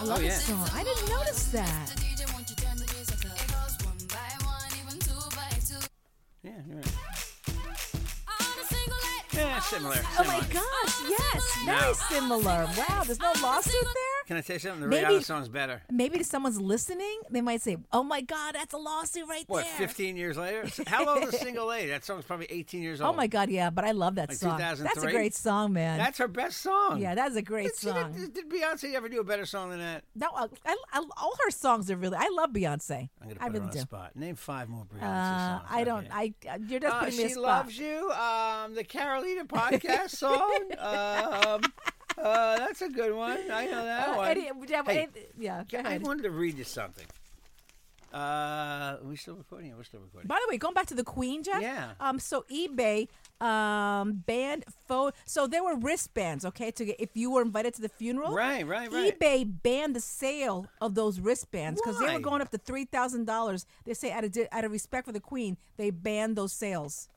[SPEAKER 2] I love
[SPEAKER 1] Oh, yeah.
[SPEAKER 2] this song. I didn't notice that.
[SPEAKER 1] Yeah, you're right. Yeah, similar.
[SPEAKER 2] Oh my
[SPEAKER 1] similar.
[SPEAKER 2] Oh, gosh, yes. Very
[SPEAKER 1] No.
[SPEAKER 2] similar. Wow, there's no lawsuit there?
[SPEAKER 1] Can I say something? The
[SPEAKER 2] Maybe-
[SPEAKER 1] Rihanna song's better.
[SPEAKER 2] Maybe if someone's listening, they might say, "Oh my God, that's a lawsuit right
[SPEAKER 1] What,
[SPEAKER 2] there."
[SPEAKER 1] 15 years later? How old is Single Lady? That song's probably 18 years
[SPEAKER 2] Oh
[SPEAKER 1] old.
[SPEAKER 2] my God, yeah, but I love that
[SPEAKER 1] Like
[SPEAKER 2] song. That's a
[SPEAKER 1] 2003?
[SPEAKER 2] great song, man.
[SPEAKER 1] That's her best song.
[SPEAKER 2] yeah, that's a great
[SPEAKER 1] Did she-
[SPEAKER 2] song.
[SPEAKER 1] Did, did Beyonce ever do a better song than that?
[SPEAKER 2] No, I, I, I- all her songs are really. I love Beyonce.
[SPEAKER 1] I'm going to put
[SPEAKER 2] I
[SPEAKER 1] her
[SPEAKER 2] really
[SPEAKER 1] on the
[SPEAKER 2] do.
[SPEAKER 1] spot. Name five more Beyonce
[SPEAKER 2] Uh,
[SPEAKER 1] songs.
[SPEAKER 2] I don't.
[SPEAKER 1] Okay.
[SPEAKER 2] I uh, you're just
[SPEAKER 1] Uh,
[SPEAKER 2] putting me
[SPEAKER 1] she
[SPEAKER 2] a spot.
[SPEAKER 1] loves you. Um, the Carolina podcast song. Um, uh, that's a good one. I know that
[SPEAKER 2] Uh,
[SPEAKER 1] one.
[SPEAKER 2] any- yeah,
[SPEAKER 1] Hey,
[SPEAKER 2] any- yeah, go
[SPEAKER 1] I- I
[SPEAKER 2] ahead.
[SPEAKER 1] wanted to read you something. Uh, are we still recording? Yeah, we're still recording.
[SPEAKER 2] By the way, going back to the Queen, Jeff.
[SPEAKER 1] Yeah.
[SPEAKER 2] Um. So eBay um banned phone. So there were wristbands, okay, to get if you were invited to the funeral.
[SPEAKER 1] Right, right, right.
[SPEAKER 2] eBay banned the sale of those wristbands because they
[SPEAKER 1] Why?
[SPEAKER 2] were going up to three thousand dollars. They say out of di- out of respect for the Queen, they banned those sales.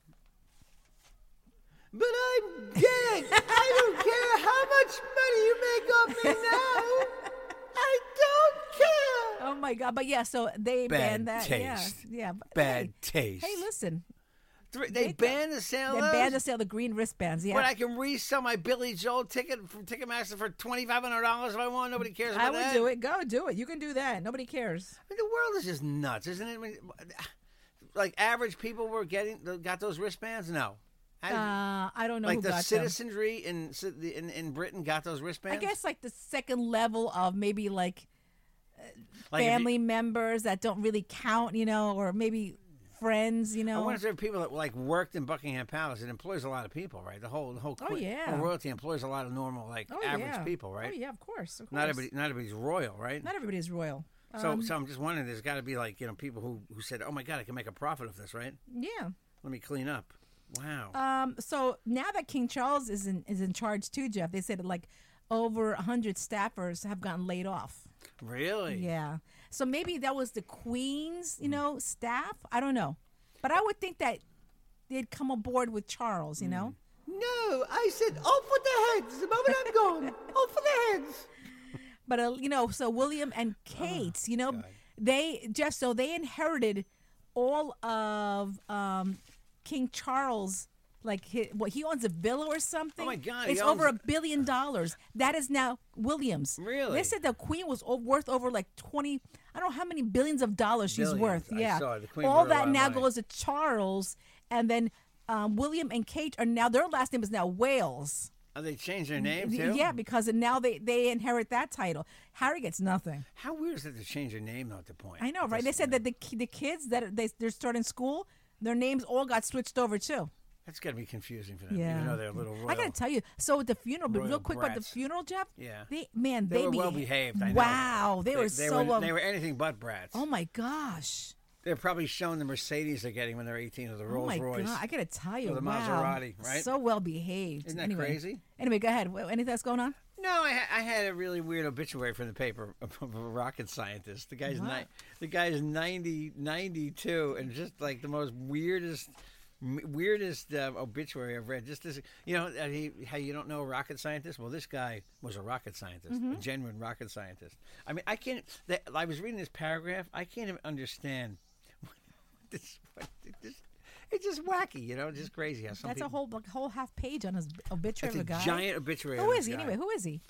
[SPEAKER 1] But I'm dead. I don't care how much money you make off me now. I don't care.
[SPEAKER 2] Oh my God! But yeah, so they
[SPEAKER 1] Bad
[SPEAKER 2] banned that.
[SPEAKER 1] taste.
[SPEAKER 2] Yeah. Yeah. but
[SPEAKER 1] Bad
[SPEAKER 2] hey,
[SPEAKER 1] taste.
[SPEAKER 2] Hey, listen.
[SPEAKER 1] Three- they banned the sale.
[SPEAKER 2] They
[SPEAKER 1] of
[SPEAKER 2] banned
[SPEAKER 1] those?
[SPEAKER 2] us sale the green wristbands. Yeah.
[SPEAKER 1] But I can resell my Billy Joel ticket from Ticketmaster for twenty five hundred dollars if I want. Nobody cares about
[SPEAKER 2] I would
[SPEAKER 1] that.
[SPEAKER 2] do it. Go do it. You can do that. Nobody cares.
[SPEAKER 1] I mean, the world is just nuts, isn't it? I mean, like average people were getting got those wristbands. No, I-
[SPEAKER 2] Uh, I don't know
[SPEAKER 1] like
[SPEAKER 2] who
[SPEAKER 1] the
[SPEAKER 2] got them.
[SPEAKER 1] citizenry in, ci- the- in in Britain got those
[SPEAKER 2] I
[SPEAKER 1] wristbands.
[SPEAKER 2] guess like the second level of maybe like,
[SPEAKER 1] Like, if you-
[SPEAKER 2] family members that don't really count, you know, or maybe friends, you
[SPEAKER 1] I
[SPEAKER 2] know.
[SPEAKER 1] wonder if there are people that like worked in Buckingham Palace. It employs a lot of people, right? The whole the whole
[SPEAKER 2] Oh,
[SPEAKER 1] queen-
[SPEAKER 2] yeah.
[SPEAKER 1] whole royalty employs a lot of normal like
[SPEAKER 2] Oh,
[SPEAKER 1] average
[SPEAKER 2] yeah.
[SPEAKER 1] people, right?
[SPEAKER 2] Oh yeah, of course. Of course.
[SPEAKER 1] Not everybody, not everybody's royal, right?
[SPEAKER 2] Not everybody is royal.
[SPEAKER 1] so,
[SPEAKER 2] Um,
[SPEAKER 1] so I'm just wondering. There's got to be like you know people who who said, "Oh my God, I can make a profit off this," right?
[SPEAKER 2] Yeah.
[SPEAKER 1] Let me clean up. Wow.
[SPEAKER 2] Um, so now that King Charles is in is in charge too, Jeff, they said like over hundred staffers have gotten laid off.
[SPEAKER 1] really?
[SPEAKER 2] Yeah. So maybe that was the Queen's,
[SPEAKER 1] Mm-hmm.
[SPEAKER 2] you know, staff. I don't know, but I would think that they'd come aboard with Charles. You
[SPEAKER 1] Mm.
[SPEAKER 2] know.
[SPEAKER 1] No, I said off with the heads. The moment I'm gone, off with the heads.
[SPEAKER 2] But uh, you know, so William and
[SPEAKER 1] Oh,
[SPEAKER 2] Kate, you know, they just so they inherited all of um, King Charles. Like his, what he owns a villa or something.
[SPEAKER 1] Oh my God, he
[SPEAKER 2] It's over a
[SPEAKER 1] owns-
[SPEAKER 2] billion dollars. That is now Williams.
[SPEAKER 1] Really?
[SPEAKER 2] They said the Queen was o- worth over like twenty. I don't know how many billions of dollars she's
[SPEAKER 1] Billions.
[SPEAKER 2] worth.
[SPEAKER 1] I
[SPEAKER 2] Yeah.
[SPEAKER 1] saw it. The Queen
[SPEAKER 2] all
[SPEAKER 1] wrote a lot
[SPEAKER 2] that
[SPEAKER 1] of
[SPEAKER 2] now
[SPEAKER 1] money.
[SPEAKER 2] goes to Charles, and then um, William and Kate are now their last name is now Wales.
[SPEAKER 1] Oh, they changed their name too.
[SPEAKER 2] Yeah, because now they they inherit that title. Harry gets nothing.
[SPEAKER 1] How weird is it to change your name though, at the point?
[SPEAKER 2] I know, right? They said that the ki- the kids that they they're starting school, their names all got switched over too.
[SPEAKER 1] That's got to be confusing for them.
[SPEAKER 2] Yeah.
[SPEAKER 1] Even though they're little royal.
[SPEAKER 2] I gotta tell you, so at the funeral, but real
[SPEAKER 1] Royal
[SPEAKER 2] quick about the
[SPEAKER 1] brats.
[SPEAKER 2] funeral, Jeff.
[SPEAKER 1] Yeah.
[SPEAKER 2] They man,
[SPEAKER 1] they,
[SPEAKER 2] they,
[SPEAKER 1] were
[SPEAKER 2] beha-
[SPEAKER 1] well behaved. I know.
[SPEAKER 2] Wow, they, were so
[SPEAKER 1] Were,
[SPEAKER 2] well.
[SPEAKER 1] they were anything but brats.
[SPEAKER 2] oh my gosh.
[SPEAKER 1] They're probably shown the Mercedes they're getting when they're 18 or the
[SPEAKER 2] Oh
[SPEAKER 1] Rolls
[SPEAKER 2] my
[SPEAKER 1] Royce.
[SPEAKER 2] god! I gotta tell you,
[SPEAKER 1] the
[SPEAKER 2] wow,
[SPEAKER 1] Maserati, right?
[SPEAKER 2] So well behaved.
[SPEAKER 1] Isn't that
[SPEAKER 2] anyway.
[SPEAKER 1] crazy?
[SPEAKER 2] Anyway, go ahead. Wh- Anything else going on?
[SPEAKER 1] No, I, ha- I had a really weird obituary from the paper of a rocket scientist. The guy's ni- the guy's 90, 92 and just like the most weirdest m- weirdest uh, obituary I've read. Just this, you know, uh, he, how you don't know a rocket scientist? Well, this guy was a rocket scientist, a
[SPEAKER 2] Mm-hmm.
[SPEAKER 1] genuine rocket scientist. I mean, I can't. That, I was reading this paragraph. I can't even understand. this, what, this, it's just wacky, you know, just crazy how some
[SPEAKER 2] That's
[SPEAKER 1] people.
[SPEAKER 2] a whole like, whole half page on his obituary
[SPEAKER 1] it's
[SPEAKER 2] of
[SPEAKER 1] a
[SPEAKER 2] a guy.
[SPEAKER 1] giant obituary.
[SPEAKER 2] Who
[SPEAKER 1] of
[SPEAKER 2] is he
[SPEAKER 1] this guy.
[SPEAKER 2] anyway? Who is he?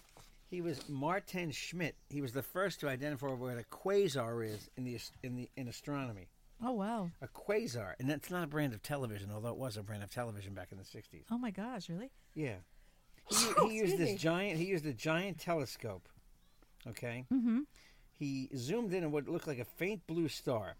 [SPEAKER 1] He was Martin Schmidt. He was the first to identify what a quasar is in the ast- in the in astronomy.
[SPEAKER 2] Oh wow!
[SPEAKER 1] A quasar, and that's not a brand of television, although it was a brand of television back in the '60s.
[SPEAKER 2] Oh my gosh! Really?
[SPEAKER 1] Yeah, he, u- he used this giant. He used a giant telescope. Okay. Mm-hmm. He zoomed in on what looked like a faint blue star.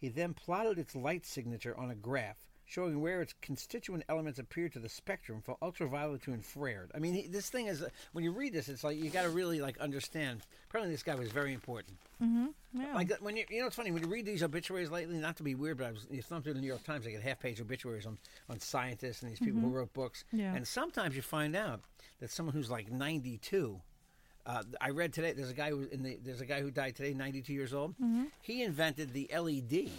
[SPEAKER 1] He then plotted its light signature on a graph, showing where its constituent elements appear to the spectrum from ultraviolet to infrared. I mean, he, this thing is when you read this, it's like you got to really like understand. Apparently, this guy was very important.
[SPEAKER 2] Yeah.
[SPEAKER 1] Like when you, you know, it's funny when you read these obituaries lately. Not to be weird, but I was you thumb through the New York Times, I get half-page obituaries on, on scientists and these people who wrote books.
[SPEAKER 2] Mm-hmm. Yeah.
[SPEAKER 1] And sometimes you find out that someone who's like 92. Uh, I read today. There's a guy who in the, there's a guy who died today, 92 years old.
[SPEAKER 2] Mm-hmm.
[SPEAKER 1] He invented the LED. You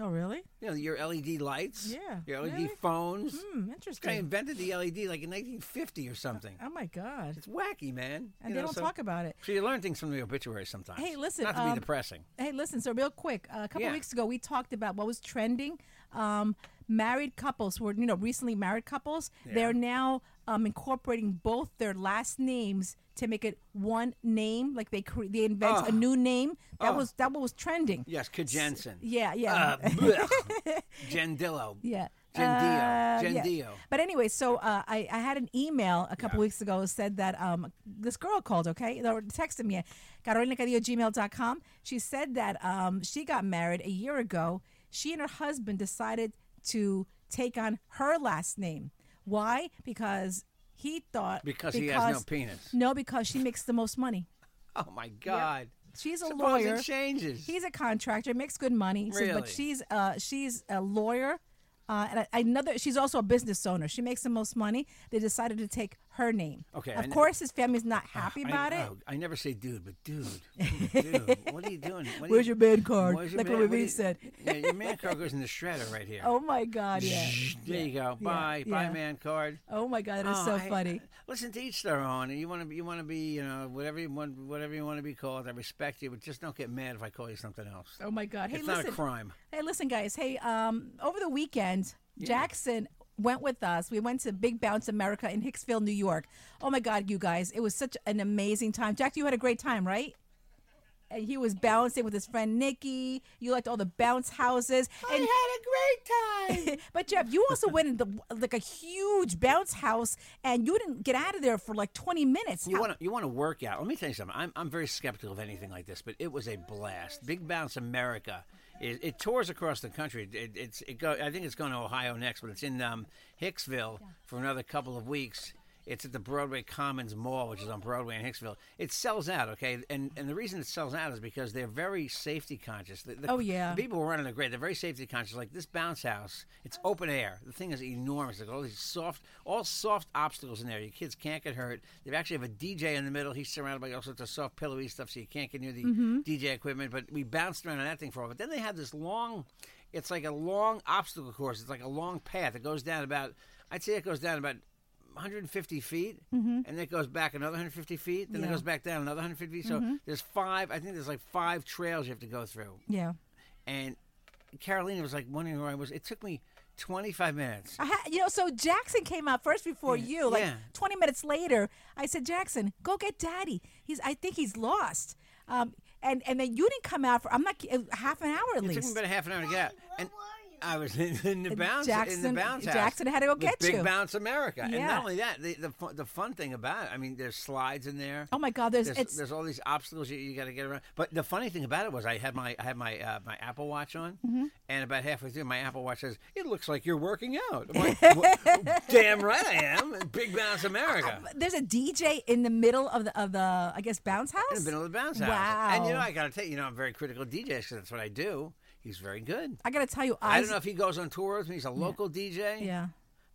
[SPEAKER 2] oh really?
[SPEAKER 1] know, your LED lights.
[SPEAKER 2] Yeah,
[SPEAKER 1] Your LED
[SPEAKER 2] really?
[SPEAKER 1] phones.
[SPEAKER 2] Hmm,
[SPEAKER 1] This guy
[SPEAKER 2] interesting.
[SPEAKER 1] invented the LED like in 1950 or something.
[SPEAKER 2] Oh my god!
[SPEAKER 1] It's wacky, man.
[SPEAKER 2] And
[SPEAKER 1] You
[SPEAKER 2] they
[SPEAKER 1] know,
[SPEAKER 2] don't
[SPEAKER 1] so-
[SPEAKER 2] talk about it.
[SPEAKER 1] So you learn things from the obituaries sometimes.
[SPEAKER 2] Hey, listen,
[SPEAKER 1] Not to
[SPEAKER 2] um,
[SPEAKER 1] be depressing.
[SPEAKER 2] Hey, listen. So real quick, uh, a couple
[SPEAKER 1] Yeah.
[SPEAKER 2] weeks ago we talked about what was trending. Um, married couples who are you know recently married couples they're now um, incorporating both their last names to make it one name like they cre- they invent a new name that was that was trending
[SPEAKER 1] Yes, Kajensen.
[SPEAKER 2] yeah yeah
[SPEAKER 1] Uh, blech. Jendillo.
[SPEAKER 2] yeah
[SPEAKER 1] Gendio.
[SPEAKER 2] Uh, yeah.
[SPEAKER 1] Gendio.
[SPEAKER 2] But anyway, so uh, I, I had an email a couple weeks ago said that um, this girl called, okay, or texted me, carolinacadillo@gmail.com. She said that um, she got married a year ago. She and her husband decided to take on her last name. Why? Because he thought
[SPEAKER 1] Because he has no penis.
[SPEAKER 2] No, because she makes the most money.
[SPEAKER 1] Oh my God.
[SPEAKER 2] She's a
[SPEAKER 1] Suppose
[SPEAKER 2] lawyer.
[SPEAKER 1] It changes.
[SPEAKER 2] He's a contractor, makes good money. He says,
[SPEAKER 1] Really?
[SPEAKER 2] but she's uh, she's a lawyer, uh, and a- another. She's also a business owner. She makes the most money. They decided to take her name.
[SPEAKER 1] Okay,
[SPEAKER 2] Of
[SPEAKER 1] I kn-
[SPEAKER 2] course, his family's not happy
[SPEAKER 1] I-
[SPEAKER 2] about it.
[SPEAKER 1] oh, I never say dude, but dude, dude, what are you doing? What are
[SPEAKER 2] Where's
[SPEAKER 1] you-
[SPEAKER 2] your man card?
[SPEAKER 1] where's your
[SPEAKER 2] Like
[SPEAKER 1] man-
[SPEAKER 2] what
[SPEAKER 1] are
[SPEAKER 2] Louise
[SPEAKER 1] you-
[SPEAKER 2] said.
[SPEAKER 1] Yeah, your man card goes in the shredder right here.
[SPEAKER 2] Oh my God! Yeah.
[SPEAKER 1] there you go. Bye, bye,
[SPEAKER 2] yeah.
[SPEAKER 1] man card.
[SPEAKER 2] Oh my God! That is
[SPEAKER 1] Oh,
[SPEAKER 2] so
[SPEAKER 1] I-
[SPEAKER 2] funny.
[SPEAKER 1] Listen to each their own. You want to be, you want to be, you know, whatever you want, whatever you want to be called. I respect you, but just don't get mad if I call you something else.
[SPEAKER 2] Oh my God! Hey,
[SPEAKER 1] it's
[SPEAKER 2] listen.
[SPEAKER 1] not a crime.
[SPEAKER 2] Hey, listen, guys. Hey, um, over the weekend, Jackson went with us. We went to Big Bounce America in Hicksville, New York. Oh my God, you guys! It was such an amazing time. Jack, you had a great time, right? And he was bouncing with his friend Nikki. You liked all the bounce houses. And
[SPEAKER 1] I had a great time.
[SPEAKER 2] but Jeff, you also went in the like a huge bounce house, and you didn't get out of there for like twenty minutes.
[SPEAKER 1] You
[SPEAKER 2] How-
[SPEAKER 1] want to you want to work out. Let me tell you something. I'm, I'm very skeptical of anything like this, but it was a blast. Big Bounce America. It, it tours across the country. It, it's it go. I think it's going to Ohio next, but it's in um, Hicksville for another couple of weeks. It's at the Broadway Commons Mall, which is on Broadway in Hicksville. It sells out, okay, and and the reason it sells out is because they're very safety conscious. The- the-
[SPEAKER 2] Oh, yeah.
[SPEAKER 1] the people who are running the grade, they're very safety conscious. Like this bounce house, it's open air. The thing is enormous. Like all these soft, all soft obstacles in there. Your kids can't get hurt. They actually have a DJ in the middle. He's surrounded by all sorts of soft, pillowy stuff, so you can't get near the
[SPEAKER 2] Mm-hmm.
[SPEAKER 1] DJ equipment. But we bounced around on that thing for a while. But then they have this long, it's like a long obstacle course. It's like a long path. It goes down about, I'd say it goes down about 150 feet,
[SPEAKER 2] Mm-hmm.
[SPEAKER 1] and then it goes back another 150 feet, then it goes back down another 150 feet. So
[SPEAKER 2] Mm-hmm.
[SPEAKER 1] there's five, I think there's like five trails you have to go through
[SPEAKER 2] yeah.
[SPEAKER 1] and Carolina was like wondering where I was. It took me 25 minutes.
[SPEAKER 2] I ha- you know, so Jackson came out first before you. Like
[SPEAKER 1] yeah.
[SPEAKER 2] 20 minutes later, I said, Jackson, go get daddy. He's, I think he's lost. Um, and, and then you didn't come out for, I'm not, ki- uh, half an hour at
[SPEAKER 1] It
[SPEAKER 2] least.
[SPEAKER 1] took me about a half an hour to get out. And I was in, in the
[SPEAKER 2] And
[SPEAKER 1] bounce in the
[SPEAKER 2] Jackson-
[SPEAKER 1] bounce house.
[SPEAKER 2] Jackson had to go
[SPEAKER 1] with
[SPEAKER 2] get
[SPEAKER 1] Big
[SPEAKER 2] you.
[SPEAKER 1] Bounce America. And
[SPEAKER 2] Yeah.
[SPEAKER 1] not only that, the, the fu- the fun thing about it, I mean, there's slides in there.
[SPEAKER 2] Oh my God, there's-
[SPEAKER 1] there's,
[SPEAKER 2] it's-
[SPEAKER 1] there's all these obstacles you, you got to get around. But the funny thing about it was, I had my I had my uh, my Apple Watch on,
[SPEAKER 2] Mm-hmm.
[SPEAKER 1] and about halfway through, my Apple Watch says, "It looks like you're working out." I'm like, "Well, "Damn right I am." Big Bounce America.
[SPEAKER 2] There's a DJ in the middle of the, of the I guess, bounce house?
[SPEAKER 1] In the middle of the bounce house.
[SPEAKER 2] Wow.
[SPEAKER 1] And you know, I got to tell you, you know, I'm very critical of DJs because that's what I do. He's very good.
[SPEAKER 2] I got to tell you,
[SPEAKER 1] I,
[SPEAKER 2] I,
[SPEAKER 1] don't know if he goes on tour with me. He's a local DJ.
[SPEAKER 2] Yeah.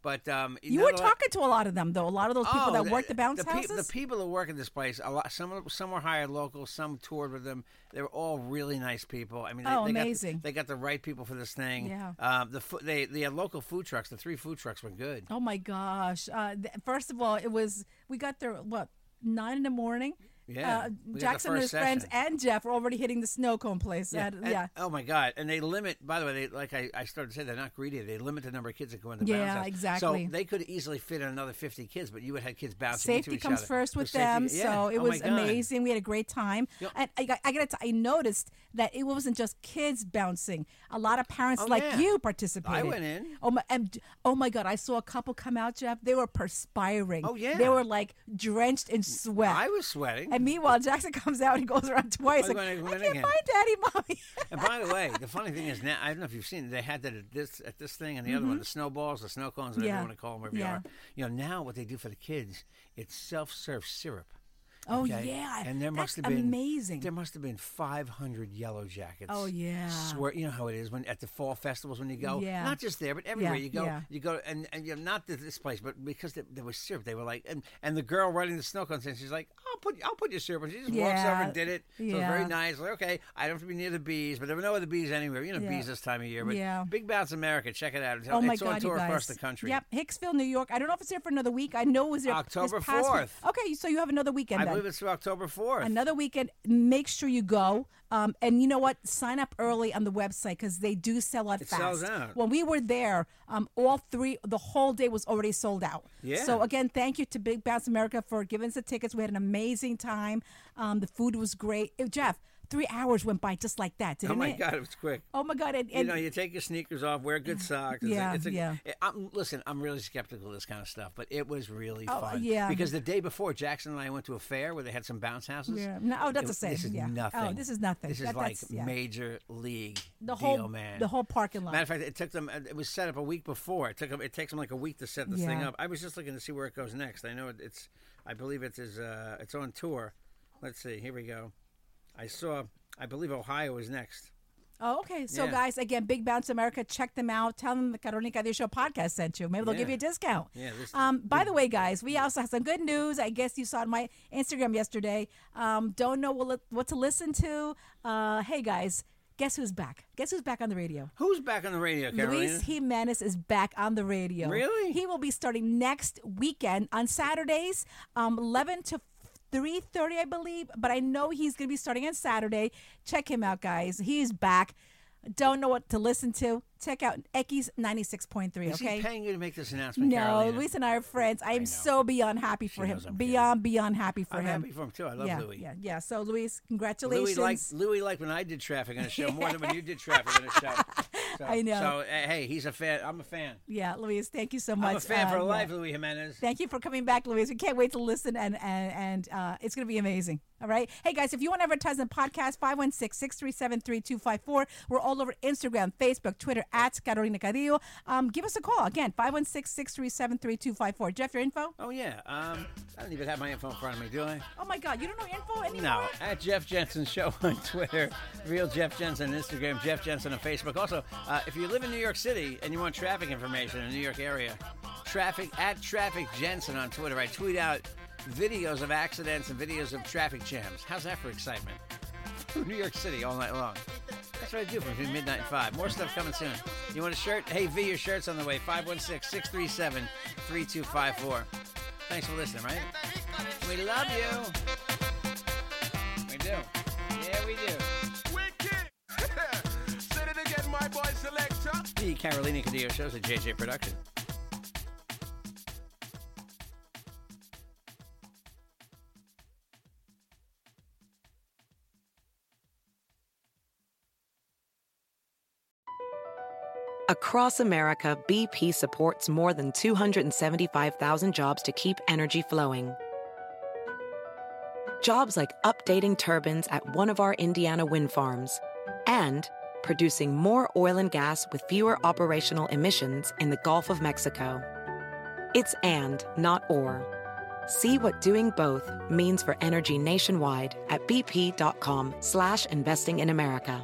[SPEAKER 1] But um,
[SPEAKER 2] You
[SPEAKER 1] not
[SPEAKER 2] were
[SPEAKER 1] a lot-
[SPEAKER 2] talking to a lot of them, though. A lot of those people
[SPEAKER 1] Oh,
[SPEAKER 2] that work the bounce
[SPEAKER 1] pe-
[SPEAKER 2] houses.
[SPEAKER 1] the people that work at this place, a lot. Some some were hired local, some toured with them. They were all really nice people. I mean, they,
[SPEAKER 2] Oh,
[SPEAKER 1] they
[SPEAKER 2] amazing.
[SPEAKER 1] Got, they got the right people for this thing.
[SPEAKER 2] Yeah.
[SPEAKER 1] Um, the fo- they the local food trucks, the three food trucks were good.
[SPEAKER 2] Oh my gosh! Uh, th- first of all, it was we got there what nine in the morning.
[SPEAKER 1] Yeah, we
[SPEAKER 2] uh,
[SPEAKER 1] got the
[SPEAKER 2] Jackson and his
[SPEAKER 1] first
[SPEAKER 2] friends
[SPEAKER 1] session.
[SPEAKER 2] and Jeff were already hitting the snow cone place. Yeah,
[SPEAKER 1] And-
[SPEAKER 2] yeah.
[SPEAKER 1] Oh my God! And they limit. By the way, they like I, I started to say they're not greedy. They limit the number of kids that go in the
[SPEAKER 2] Yeah,
[SPEAKER 1] bounce house.
[SPEAKER 2] exactly.
[SPEAKER 1] So they could easily fit in another fifty kids, but you would have kids bouncing.
[SPEAKER 2] safety
[SPEAKER 1] into each
[SPEAKER 2] comes
[SPEAKER 1] other.
[SPEAKER 2] first
[SPEAKER 1] So
[SPEAKER 2] with
[SPEAKER 1] safety-
[SPEAKER 2] them,
[SPEAKER 1] yeah.
[SPEAKER 2] so it
[SPEAKER 1] Oh, my
[SPEAKER 2] was
[SPEAKER 1] God.
[SPEAKER 2] amazing. We had a great time, and I, got- I got I noticed that it wasn't just kids bouncing. A lot of parents
[SPEAKER 1] Oh,
[SPEAKER 2] like
[SPEAKER 1] yeah.
[SPEAKER 2] you participated.
[SPEAKER 1] I went in.
[SPEAKER 2] Oh my! And, oh my God! I saw a couple come out, Jeff. They were perspiring.
[SPEAKER 1] Oh, yeah.
[SPEAKER 2] They were like drenched in sweat.
[SPEAKER 1] I was sweating.
[SPEAKER 2] And meanwhile, Jackson comes out and goes around twice.
[SPEAKER 1] I'm
[SPEAKER 2] Like, I
[SPEAKER 1] gonna win
[SPEAKER 2] can't
[SPEAKER 1] again."
[SPEAKER 2] find Daddy, mommy.
[SPEAKER 1] and by the way, the funny thing is now I don't know if you've seen they had that at this at this thing and the other one, the snowballs, the snow cones, whatever
[SPEAKER 2] Mm-hmm. Yeah.
[SPEAKER 1] you want to call them, wherever
[SPEAKER 2] Yeah.
[SPEAKER 1] you are. You know now what they do for the kids, it's self serve syrup.
[SPEAKER 2] Oh
[SPEAKER 1] okay?
[SPEAKER 2] yeah,
[SPEAKER 1] and there
[SPEAKER 2] That's
[SPEAKER 1] must have been
[SPEAKER 2] amazing.
[SPEAKER 1] There must have been 500 yellow jackets.
[SPEAKER 2] Oh, yeah.
[SPEAKER 1] swear you know how it is when at the fall festivals when you go,
[SPEAKER 2] Yeah.
[SPEAKER 1] not just there but everywhere you go,
[SPEAKER 2] yeah.
[SPEAKER 1] you go and and you know, not to this place, but because there, there was syrup, they were like, and and the girl running the snow cones, and she's like, I'll put I'll put your syrup, and she just walks
[SPEAKER 2] Yeah.
[SPEAKER 1] over and did it. So it was
[SPEAKER 2] Yeah.
[SPEAKER 1] very nice. Like okay, I don't have to be near the bees, but there were no other bees anywhere. You know,
[SPEAKER 2] Yeah.
[SPEAKER 1] bees this time of year, but
[SPEAKER 2] Yeah.
[SPEAKER 1] Big Bounce America, check it out. It's,
[SPEAKER 2] oh my
[SPEAKER 1] it's
[SPEAKER 2] God,
[SPEAKER 1] on
[SPEAKER 2] you
[SPEAKER 1] tour
[SPEAKER 2] guys.
[SPEAKER 1] across the country.
[SPEAKER 2] Yep, Hicksville, New York. I don't know if it's there for another week. I know it was there this
[SPEAKER 1] October
[SPEAKER 2] past week.
[SPEAKER 1] 4th.
[SPEAKER 2] Okay, so you have another weekend.
[SPEAKER 1] I I believe
[SPEAKER 2] weekend.
[SPEAKER 1] it's through October 4th.
[SPEAKER 2] Another weekend. Make sure you go. Um, and you know what? Sign up early on the website because they do sell out
[SPEAKER 1] It
[SPEAKER 2] fast.
[SPEAKER 1] sells out.
[SPEAKER 2] When we were there, um, all three, the whole day was already sold out.
[SPEAKER 1] Yeah.
[SPEAKER 2] So again, thank you to Big Bounce America for giving us the tickets. We had an amazing time. Um, the food was great. Eh, Jeff, three hours went by just like that,
[SPEAKER 1] oh,
[SPEAKER 2] didn't
[SPEAKER 1] my
[SPEAKER 2] it?
[SPEAKER 1] God, it was quick.
[SPEAKER 2] Oh my God! And,
[SPEAKER 1] you
[SPEAKER 2] and
[SPEAKER 1] know, you take your sneakers off, wear good socks. It's a-
[SPEAKER 2] Yeah,
[SPEAKER 1] it's a, eh,
[SPEAKER 2] yeah.
[SPEAKER 1] I'm, listen, I'm really skeptical of this kind of stuff, but it was really
[SPEAKER 2] Oh,
[SPEAKER 1] fun.
[SPEAKER 2] yeah.
[SPEAKER 1] Because the day before, Jackson and I went to a fair where they had some bounce houses.
[SPEAKER 2] Yeah. No, oh, that's
[SPEAKER 1] It-
[SPEAKER 2] the same,
[SPEAKER 1] This is
[SPEAKER 2] yeah. Oh,
[SPEAKER 1] nothing.
[SPEAKER 2] this is nothing.
[SPEAKER 1] This is
[SPEAKER 2] That-
[SPEAKER 1] like
[SPEAKER 2] that's- yeah.
[SPEAKER 1] major league
[SPEAKER 2] The
[SPEAKER 1] deal,
[SPEAKER 2] whole-
[SPEAKER 1] man.
[SPEAKER 2] the whole parking lot.
[SPEAKER 1] Matter of fact, it took them. It was set up a week before. It took 'em- It takes them like a week to set this thing
[SPEAKER 2] Yeah.
[SPEAKER 1] up. I was just looking to see where it goes next. I know it, it's. I believe it is. Uh, it's on tour. Let's see. Here we go. I saw. I believe Ohio is next.
[SPEAKER 2] Oh, okay. So,
[SPEAKER 1] Yeah.
[SPEAKER 2] guys, again, Big Bounce America, check them out. Tell them the Caronica de Show podcast sent you. Maybe they'll give
[SPEAKER 1] Yeah.
[SPEAKER 2] you a discount.
[SPEAKER 1] Yeah, this-
[SPEAKER 2] Um, by the way, guys, we also have some good news. I guess you saw on my Instagram yesterday. Um, don't know what, what to listen to. Uh, hey, guys, guess who's back? Guess who's back on the radio?
[SPEAKER 1] Who's back on the radio, Carolina?
[SPEAKER 2] Luis Jimenez is back on the radio.
[SPEAKER 1] Really?
[SPEAKER 2] He will be starting next weekend on Saturdays, um, 11 to 3:30, I believe. But I know he's going to be starting on Saturday. Check him out, guys. He is back. Don't know what to listen to. Check out Ecky's 96.3.
[SPEAKER 1] Is
[SPEAKER 2] Okay.
[SPEAKER 1] he paying you to make this announcement,
[SPEAKER 2] no,
[SPEAKER 1] Carolina?
[SPEAKER 2] Luis and I are friends. I am so beyond happy for him.
[SPEAKER 1] knows I'm kidding.
[SPEAKER 2] Beyond, beyond happy for
[SPEAKER 1] I'm
[SPEAKER 2] him.
[SPEAKER 1] happy for him too. I love
[SPEAKER 2] yeah,
[SPEAKER 1] Louis.
[SPEAKER 2] yeah, yeah. So, Luis,
[SPEAKER 1] Louis
[SPEAKER 2] congratulations.
[SPEAKER 1] liked Louis liked when I did traffic on a show more than when you did traffic on a show. So,
[SPEAKER 2] I know.
[SPEAKER 1] So uh, hey, he's a fan. I'm a fan.
[SPEAKER 2] yeah, Luis, thank you so much.
[SPEAKER 1] I'm a fan
[SPEAKER 2] Uh,
[SPEAKER 1] for
[SPEAKER 2] yeah.
[SPEAKER 1] life, Louis Jimenez.
[SPEAKER 2] Thank you for coming back, Louise. We can't wait to listen, and and, and uh, it's going to be amazing. All right. Hey, guys, if you want to advertise on the podcast, 516 637 3254. We're all over Instagram, Facebook, Twitter, at Carolina Cadillo. Um, give us a call. Again, 516 637 3254. Jeff, your info?
[SPEAKER 1] Oh yeah. Um, I don't even have my info in front of me, do I?
[SPEAKER 2] Oh, my God. You don't know your info anymore?
[SPEAKER 1] No, at Jeff Jensen Show on Twitter, Real Jeff Jensen on Instagram, Jeff Jensen on Facebook. Also, uh, if you live in New York City and you want traffic information in the New York area, traffic at Traffic Jensen on Twitter. I tweet out videos of accidents and videos of traffic jams. How's that for excitement? New York City all night long. That's what I do from between midnight and 5. More stuff coming soon. You want a shirt? Hey, V, your shirt's on the way. 516 637 3254. Thanks for listening, right? We love you. We do. Yeah, we do.
[SPEAKER 4] Wicked. Say it again, my boy selector.
[SPEAKER 1] The Carolina Cadillo Show's a JJ production.
[SPEAKER 5] Across America, BP supports more than 275,000 jobs to keep energy flowing. Jobs like updating turbines at one of our Indiana wind farms and producing more oil and gas with fewer operational emissions in the Gulf of Mexico. It's and, not or. See what doing both means for energy nationwide at bp.com slash investing in America.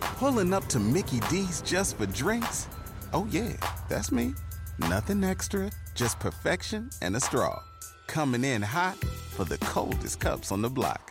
[SPEAKER 6] Pulling up to Mickey D's just for drinks? Oh, yeah, that's me. Nothing extra, just perfection and a straw. Coming in hot for the coldest cups on the block.